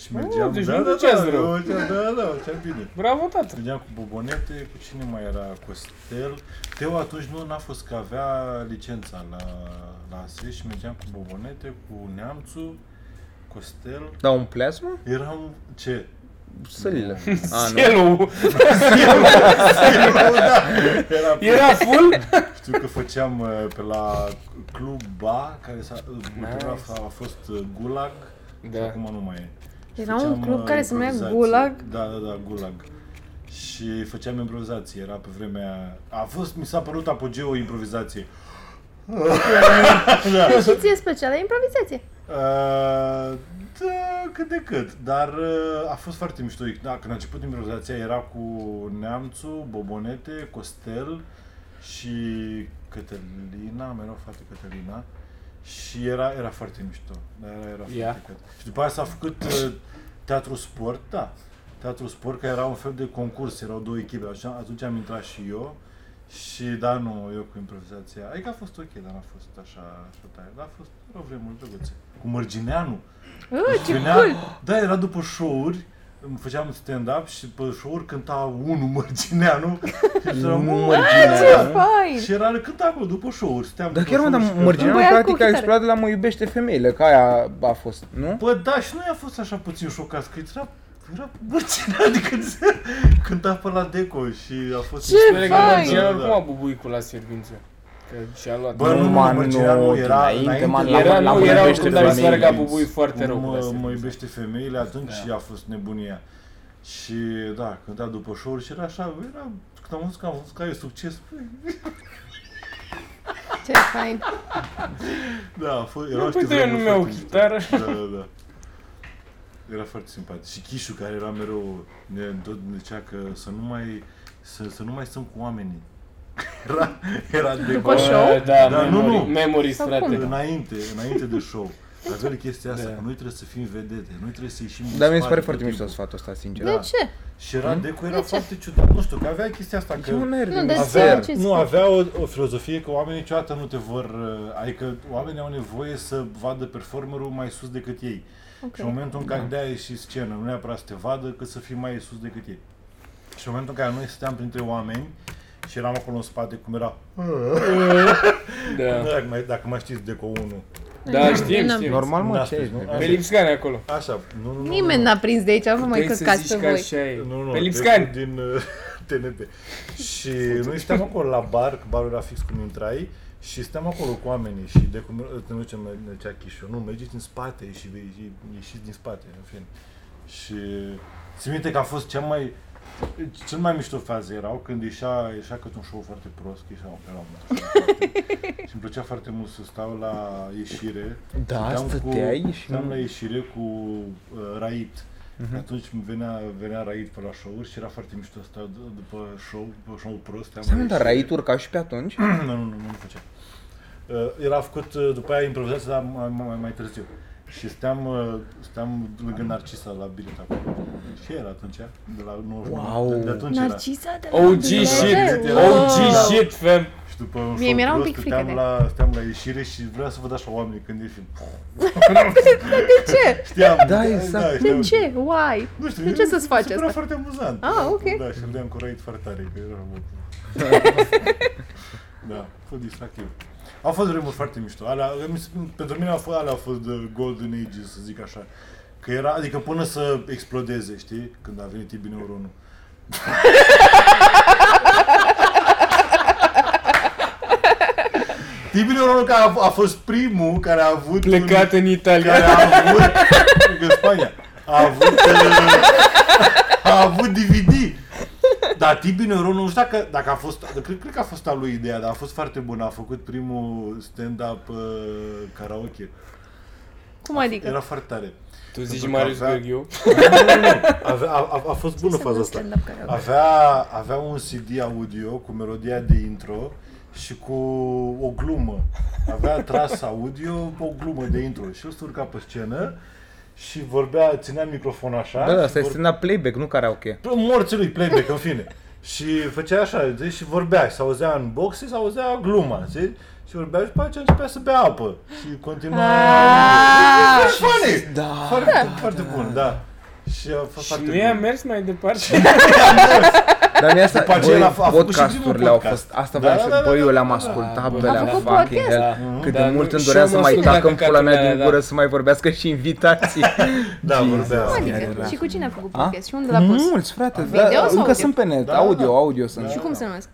Speaker 4: Și mergeam,
Speaker 9: deci
Speaker 4: da,
Speaker 9: nu
Speaker 4: da,
Speaker 9: duceați
Speaker 4: da,
Speaker 9: rău.
Speaker 4: eu- da, da, da, chiar bine.
Speaker 9: Bravo, tată.
Speaker 4: Mergeam cu Bobonete, cu cine mai era, Costel. Teo atunci nu n-a fost că avea licența la, la ASE și mergeam cu Bobonete, cu Neamțu, Costel.
Speaker 1: Da, un plasma?
Speaker 4: Eram, ce?
Speaker 1: Sălile. A, nu.
Speaker 9: Celul
Speaker 4: Era,
Speaker 9: era full?
Speaker 4: Știu că făceam uh, pe la Club Ba, care s-a, nice. a fost uh, Gulag da. și
Speaker 1: Da.
Speaker 4: acum nu mai e. Și
Speaker 3: Era un club
Speaker 4: uh,
Speaker 3: care se numea
Speaker 4: improvizații.
Speaker 3: Gulag?
Speaker 4: Da, da, da, Gulag. Și făceam improvizații, era pe vremea... A fost, mi s-a părut apogeul improvizației. da.
Speaker 3: Și ție specială improvizație.
Speaker 4: Uh, da, cât de cât, dar uh, a fost foarte mișto. Da, când a început improvizația era cu Neamțu, Bobonete, Costel și Cătălina, mereu frate Cătălina. Și era, era foarte mișto. Dar Era, era foarte
Speaker 9: Ia.
Speaker 4: cât. Și după aia s-a făcut uh, teatru sport, da. Teatru sport, că era un fel de concurs, erau două echipe. Așa, atunci am intrat și eu. Și da, nu, eu cu improvizația. Adică a fost ok, dar n-a fost așa, așa tare. Dar a fost erau vremuri drăguțe. Cu Mărgineanu.
Speaker 3: Uh, ce
Speaker 4: Venea,
Speaker 3: cool!
Speaker 4: Da, era după show-uri, îmi făceam stand-up și pe show-uri cânta unul Mărgineanu. și era,
Speaker 1: Nu
Speaker 4: "Mă,
Speaker 3: Ce
Speaker 1: mărginea.
Speaker 3: fain!
Speaker 4: da? și era le cânta acolo după show-uri. Steam
Speaker 1: Dar chiar mă, dar
Speaker 3: Băiat cu
Speaker 4: da.
Speaker 1: mărginea practic a
Speaker 3: chitară.
Speaker 1: explodat de la mă iubește femeile, că aia a fost, nu?
Speaker 4: Bă, da, și noi a fost așa puțin șocați, că era era Mărgineanu, adică cânta pe la Deco și a fost... da,
Speaker 3: Ce
Speaker 4: mișto.
Speaker 9: Pare că
Speaker 3: Vai.
Speaker 9: mergea oricum a bubuicul la fierbință. Că și-a luat.
Speaker 4: Bă, nu, deci
Speaker 2: Numai
Speaker 4: nu, Mărgineanu
Speaker 2: nu,
Speaker 4: era
Speaker 2: dinainte, man, la-
Speaker 9: Era,
Speaker 2: la
Speaker 9: nu,
Speaker 2: mă
Speaker 9: era
Speaker 2: iubește
Speaker 9: oricum, dar mi se pare că a
Speaker 4: femeile.
Speaker 9: bubuit foarte rău. cu la
Speaker 4: mă, mă
Speaker 9: fierbință.
Speaker 4: iubește femeile atunci
Speaker 9: Da.
Speaker 4: și a fost nebunia. Și da, cânta după show și era așa, era, când am văzut că am văzut că e succes, băi,
Speaker 3: Ce fain!
Speaker 4: da, a fost, erau
Speaker 9: Nu,
Speaker 4: niște
Speaker 9: uite, eu nu
Speaker 4: vremuri
Speaker 9: mi-au
Speaker 4: foarte mișto.
Speaker 9: chitară.
Speaker 4: Da, da, da. Era foarte simpatic. Și Chișu care era mereu, ne, tot ne zicea că să nu mai, să, să nu mai stăm cu oamenii. Era, era de
Speaker 3: După show?
Speaker 9: Bă, Da,
Speaker 4: Da, nu,
Speaker 9: memories,
Speaker 4: nu.
Speaker 9: memories,
Speaker 3: Sau
Speaker 9: frate.
Speaker 3: cum?
Speaker 4: Păi, Înainte, înainte de show. Avea chestia asta,
Speaker 9: Da.
Speaker 4: că noi trebuie să fim vedete, noi trebuie să ieșim în
Speaker 1: Dar mi se pare
Speaker 4: spate tot
Speaker 1: foarte mișto
Speaker 4: timpul.
Speaker 1: sfatul ăsta, sincer.
Speaker 3: De ce?
Speaker 4: Și era Deco era
Speaker 3: De ce? Deci
Speaker 4: foarte ciudat, nu știu, că avea chestia asta că
Speaker 1: Eu merg.
Speaker 3: Nu,
Speaker 1: în
Speaker 3: de
Speaker 1: asta.
Speaker 3: ce?
Speaker 4: avea,
Speaker 3: Ce
Speaker 4: nu, avea o, o filozofie că oamenii niciodată nu te vor, uh, adică oamenii au nevoie să vadă performerul mai sus decât ei. Și în
Speaker 3: Ok.
Speaker 4: momentul în care de-aia ieși scenă, nu neapărat să te vadă, cât să fii mai sus decât ei. Și în momentul în care noi stăteam printre oameni și eram acolo în spate, cum era,
Speaker 9: Da,
Speaker 4: dacă mai, dacă mai știți Deco 1.
Speaker 9: da, știm,
Speaker 3: n-am-
Speaker 9: știm.
Speaker 1: Normal, mă, ce
Speaker 4: N-astăzi, nu?
Speaker 1: ai?
Speaker 9: Pe Lipscane acolo.
Speaker 4: Așa, nu, nu, nu.
Speaker 3: Nimeni
Speaker 4: nu.
Speaker 3: n-a prins de aici, vă mai
Speaker 9: Puteai să
Speaker 3: căcați
Speaker 9: zici
Speaker 3: pe
Speaker 9: că
Speaker 3: voi.
Speaker 9: așa e.
Speaker 4: Nu, nu,
Speaker 9: Pe
Speaker 4: Lipscani.
Speaker 9: Lipscani.
Speaker 4: din uh, TNP. Și noi stăm acolo la bar, că barul era fix cum intrai, și stăm acolo cu oamenii și de cum ne ducem ne cea chișu. Nu, mergeți în spate și vei- și ieșiți din spate, în fine. Și țin minte că a fost cea mai cel mai mișto faze erau când ieșea, ieșea cât un show foarte prost, că ieșea opera Și îmi plăcea foarte mult să stau la ieșire.
Speaker 1: Da,
Speaker 4: Stăteam cu-
Speaker 1: stăteai și
Speaker 4: Stăteam
Speaker 1: nu-
Speaker 4: la ieșire cu uh, Rait.
Speaker 1: Mhm.
Speaker 4: Atunci îmi venea, venea Rait pe la show și era foarte mișto să stau d- după show, după show prost. stăteam
Speaker 1: Stai,
Speaker 4: la
Speaker 1: mă, dar
Speaker 4: ieșire.
Speaker 1: Rait urca și pe atunci?
Speaker 4: nu, nu, nu, nu făcea. Uh, era făcut uh, după aia improvizație, dar mai, mai, mai târziu. Și steam, uh, steam lângă Narcisa la bilet acolo. Și era atunci, de la 99.
Speaker 1: Wow.
Speaker 4: De, de atunci era.
Speaker 5: Narcisa de la
Speaker 9: OG
Speaker 5: Bilet.
Speaker 9: shit,
Speaker 4: Wow.
Speaker 9: OG shit, fam.
Speaker 4: Și după un
Speaker 3: Mie
Speaker 4: show
Speaker 3: mi-era un
Speaker 4: prost,
Speaker 3: pic frică
Speaker 4: stăteam
Speaker 3: de-
Speaker 4: la, stăteam la ieșire și vreau să văd așa oameni când ieși.
Speaker 3: De ce?
Speaker 4: Știam,
Speaker 1: Da, exact.
Speaker 3: De
Speaker 4: știam.
Speaker 3: ce? Why?
Speaker 4: Nu știu,
Speaker 3: De ce
Speaker 4: mi
Speaker 3: să-ți
Speaker 4: se
Speaker 3: faci
Speaker 4: părea
Speaker 3: asta?
Speaker 4: foarte amuzant.
Speaker 3: Ah, ok.
Speaker 4: Da, și râdeam cu Raid foarte tare, că era mult. da, a fost distractiv. Au fost vremuri foarte mișto. Alea, mi se- pentru mine au fost, alea au fost the golden ages, să zic așa. Că era, adică până să explodeze, știi? Când a venit Tibi Neuronul. Tibi Neuronul care a, a fost primul care a avut un-
Speaker 9: Plecat în
Speaker 4: care
Speaker 9: Italia.
Speaker 4: a avut, în Spania, a avut, uh, a avut DVD. Dar Tibi Neuron, nu știu dacă, dacă a fost, cred, cred că a fost a lui ideea, dar a fost foarte bun. A făcut primul stand-up uh, karaoke.
Speaker 3: Cum adică?
Speaker 4: Era foarte tare.
Speaker 9: Tu zici
Speaker 4: Pentru că
Speaker 9: Marius
Speaker 4: avea-
Speaker 9: Gheorghiu?
Speaker 4: Nu, nu, nu. Avea, a, a, a fost bună faza asta.
Speaker 3: Stand-up care au-
Speaker 4: Avea, avea un CD audio cu melodia de intro și cu o glumă. Avea tras audio o glumă de intro și el se urca pe scenă și vorbea, ținea microfonul așa.
Speaker 1: Da, da,
Speaker 4: și
Speaker 1: asta
Speaker 4: vor-
Speaker 1: este la playback, nu karaoke.
Speaker 4: Bă, Morții lui playback, în fine. Și făcea așa, știi, și vorbea, și se auzea în boxe, se auzea gluma, știi? Și vorbea și după aceea începea să bea apă. Și continua... Și funny!
Speaker 2: Da.
Speaker 4: Foarte, foarte bun, da. Și a fost
Speaker 1: Și
Speaker 4: foarte
Speaker 1: nu i-a
Speaker 4: bun.
Speaker 1: mers mai departe.
Speaker 2: Dar mie asta,
Speaker 4: După aceea
Speaker 2: băi,
Speaker 4: a f- a făcut și
Speaker 2: podcasturile
Speaker 4: primul
Speaker 2: au
Speaker 4: podcast.
Speaker 2: fost, asta
Speaker 4: Da,
Speaker 2: vreau
Speaker 4: da,
Speaker 2: să,
Speaker 4: da, da,
Speaker 2: băi, eu
Speaker 4: da,
Speaker 2: le-am
Speaker 4: da.
Speaker 2: ascultat
Speaker 1: A
Speaker 2: pe le-am
Speaker 3: făcut
Speaker 2: fucking
Speaker 3: podcast.
Speaker 2: hell.
Speaker 1: Da.
Speaker 2: Cât
Speaker 1: Da,
Speaker 2: de
Speaker 1: nu-
Speaker 2: mult îmi
Speaker 1: și
Speaker 2: dorea
Speaker 1: eu
Speaker 2: să
Speaker 1: mă
Speaker 2: mai
Speaker 1: ascult
Speaker 2: tacă în
Speaker 1: dacă
Speaker 2: pula mea
Speaker 1: capul
Speaker 2: din
Speaker 1: ăla, da.
Speaker 2: gură să mai vorbească și invitații.
Speaker 4: Da, vorbea.
Speaker 3: Adică, și cu cine a făcut
Speaker 2: A?
Speaker 3: podcast? Și unde l-a pus?
Speaker 2: Mulți, frate, da,
Speaker 3: Video sau
Speaker 2: încă
Speaker 3: audio?
Speaker 2: sunt pe net,
Speaker 4: Da, da,
Speaker 2: audio,
Speaker 4: da.
Speaker 2: audio sunt.
Speaker 3: Și cum se numesc?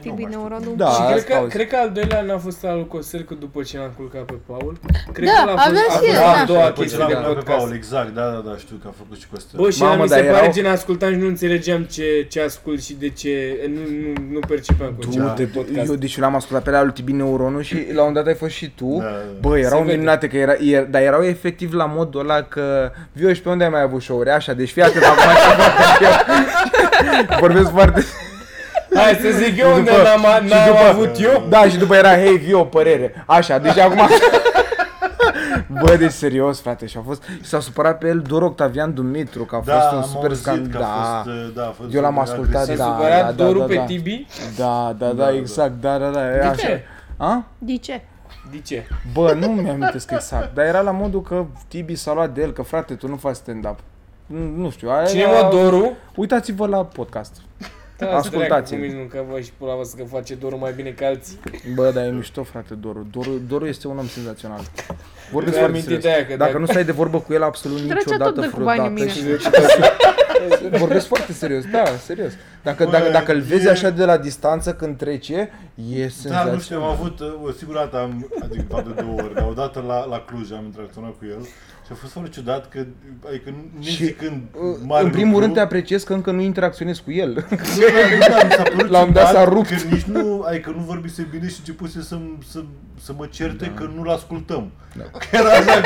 Speaker 3: Tibi
Speaker 4: mai știu.
Speaker 3: Neurodul?
Speaker 2: Da,
Speaker 1: Și
Speaker 2: asta
Speaker 1: cred că,
Speaker 2: auzi.
Speaker 1: cred că al doilea n-a fost al Costel, că după ce l-am culcat pe Paul, cred
Speaker 3: Da,
Speaker 1: că l-a
Speaker 3: avea
Speaker 1: fost
Speaker 3: și el,
Speaker 1: a, a
Speaker 3: da.
Speaker 1: doua
Speaker 4: După ce
Speaker 1: chestie de
Speaker 4: l-am pe
Speaker 1: podcast.
Speaker 4: Paul, exact, da, da, da, știu că a făcut și Costel.
Speaker 1: Bă, și
Speaker 2: Mamă,
Speaker 1: Mamă, mi se
Speaker 2: dar
Speaker 1: pare
Speaker 2: erau-
Speaker 1: gen ascultam și nu înțelegeam ce, ce ascult și de ce, nu, nu, nu percepeam cu ce
Speaker 2: Du-te, bă, eu deci eu l-am ascultat pe la lui Tibi Neuronul și la un moment dat ai fost și tu.
Speaker 4: Da, da.
Speaker 2: Bă, erau
Speaker 1: Se vede.
Speaker 2: minunate, că era, er, dar erau efectiv la modul ăla că Vio și pe unde ai mai avut show așa, deci fii atent acum ce fac eu. Vorbesc foarte...
Speaker 1: Hai să zic eu unde n-am,
Speaker 2: și
Speaker 1: n-am avut eu.
Speaker 2: Da, și după era, hei, Vio, părere. Așa, deci acum... Bă, deci serios, frate, și a fost... și S-a supărat pe el doar Octavian Dumitru, că a fost un
Speaker 4: Da, am
Speaker 2: super
Speaker 4: auzit că a
Speaker 2: scandal.
Speaker 4: fost, uh, da, a fost
Speaker 2: Eu l-am
Speaker 4: super
Speaker 2: ascultat,
Speaker 1: S-a
Speaker 4: agresiv.
Speaker 2: da,
Speaker 1: supărat
Speaker 2: da, da,
Speaker 1: Doru
Speaker 2: da,
Speaker 1: pe
Speaker 2: da.
Speaker 1: Tibi?
Speaker 2: Da, da, da, exact, da, da, da, e
Speaker 1: De
Speaker 2: așa.
Speaker 1: ce?
Speaker 2: A?
Speaker 3: De ce?
Speaker 1: De ce?
Speaker 2: Bă, nu mi-am amintesc exact, dar era la modul că Tibi s-a luat de el, că frate, tu nu faci stand-up. Nu, nu știu, aia
Speaker 1: Cine
Speaker 2: era-
Speaker 1: mă, Doru?
Speaker 2: Uitați-vă la podcast.
Speaker 1: Da,
Speaker 2: Ascultați-l.
Speaker 1: Nu că vă și pula voastră că face Doru mai bine ca alții.
Speaker 2: Bă, dar e mișto, frate, Doru. Doru, Doru este un om senzațional. Vorbesc
Speaker 1: Mi-am
Speaker 2: foarte
Speaker 1: amintit
Speaker 2: serios.
Speaker 1: aia,
Speaker 2: Dacă,
Speaker 1: că
Speaker 2: nu stai de vorbă cu el absolut
Speaker 3: Trecea tot
Speaker 2: niciodată,
Speaker 3: de cu banii în
Speaker 2: vreodată.
Speaker 3: mine.
Speaker 2: Și vorbesc foarte serios, da, serios. Dacă,
Speaker 4: Bă,
Speaker 2: dacă, dacă îl vezi
Speaker 4: e-
Speaker 2: așa de la distanță când trece, e
Speaker 4: Da,
Speaker 2: senzațional.
Speaker 4: nu știu, am avut, uh, o singură dată am, adică doar de două ori, dar odată la, la Cluj am interacționat cu el și a fost foarte ciudat că, adică, nici
Speaker 2: Și,
Speaker 4: zicând
Speaker 2: Uh,
Speaker 4: mare
Speaker 2: În primul
Speaker 4: lucru,
Speaker 2: rând te apreciez că încă nu interacționezi cu el.
Speaker 4: Da, mi s-a părut
Speaker 2: La un moment dat
Speaker 4: ciudat
Speaker 2: s-a rupt.
Speaker 4: Că nici nu, adică nu vorbise bine și începuse să, să, să mă
Speaker 2: Da.
Speaker 4: certe că nu-l ascultăm. Că era așa,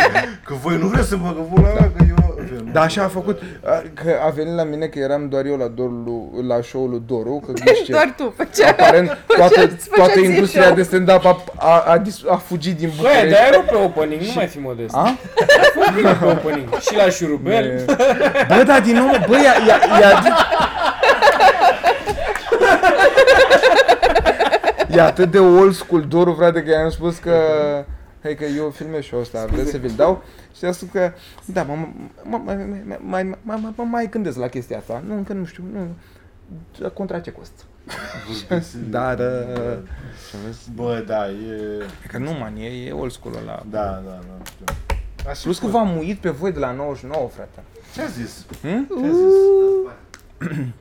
Speaker 4: că voi nu vreți să mă că pula mea, că eu... în fine, nu
Speaker 2: Da, așa a
Speaker 4: știu,
Speaker 2: făcut.
Speaker 4: da.
Speaker 2: A, Că a venit la mine că eram doar eu la, Doru, la show-ul lui Doru, că ghiște.
Speaker 3: Doar tu făceai.
Speaker 2: Aparent, toată,
Speaker 3: făceați
Speaker 2: toată industria
Speaker 3: show.
Speaker 2: de stand-up a, a, a, dis- a fugit din
Speaker 1: Băi,
Speaker 2: București.
Speaker 1: dar ai rupt pe opening, nu mai fi modest.
Speaker 2: A?
Speaker 1: Fă bine pe opening. Și la șurubel.
Speaker 2: Bă, dar din nou, bă, ia, ia, ia, E atât de old school Doru, frate, că i-am spus că Hai că eu filmez și ăsta, vreți să vi-l dau? Și a spus că, da, mă, mă, mă, mă, mai, mă, mă, mă, mai gândesc la chestia asta. Nu, încă nu știu, nu. Dar Contra ce cost?
Speaker 4: Vorbise-
Speaker 2: Dar, uh, și am zis,
Speaker 4: Bă, da, e...
Speaker 2: că nu, man, e, e old school ăla.
Speaker 4: Da, da, da, nu știu. Așa
Speaker 2: Plus că
Speaker 4: e.
Speaker 2: v-am muit pe voi de la 99, frate.
Speaker 4: Ce a zis?
Speaker 2: Hmm?
Speaker 4: Ce a zis?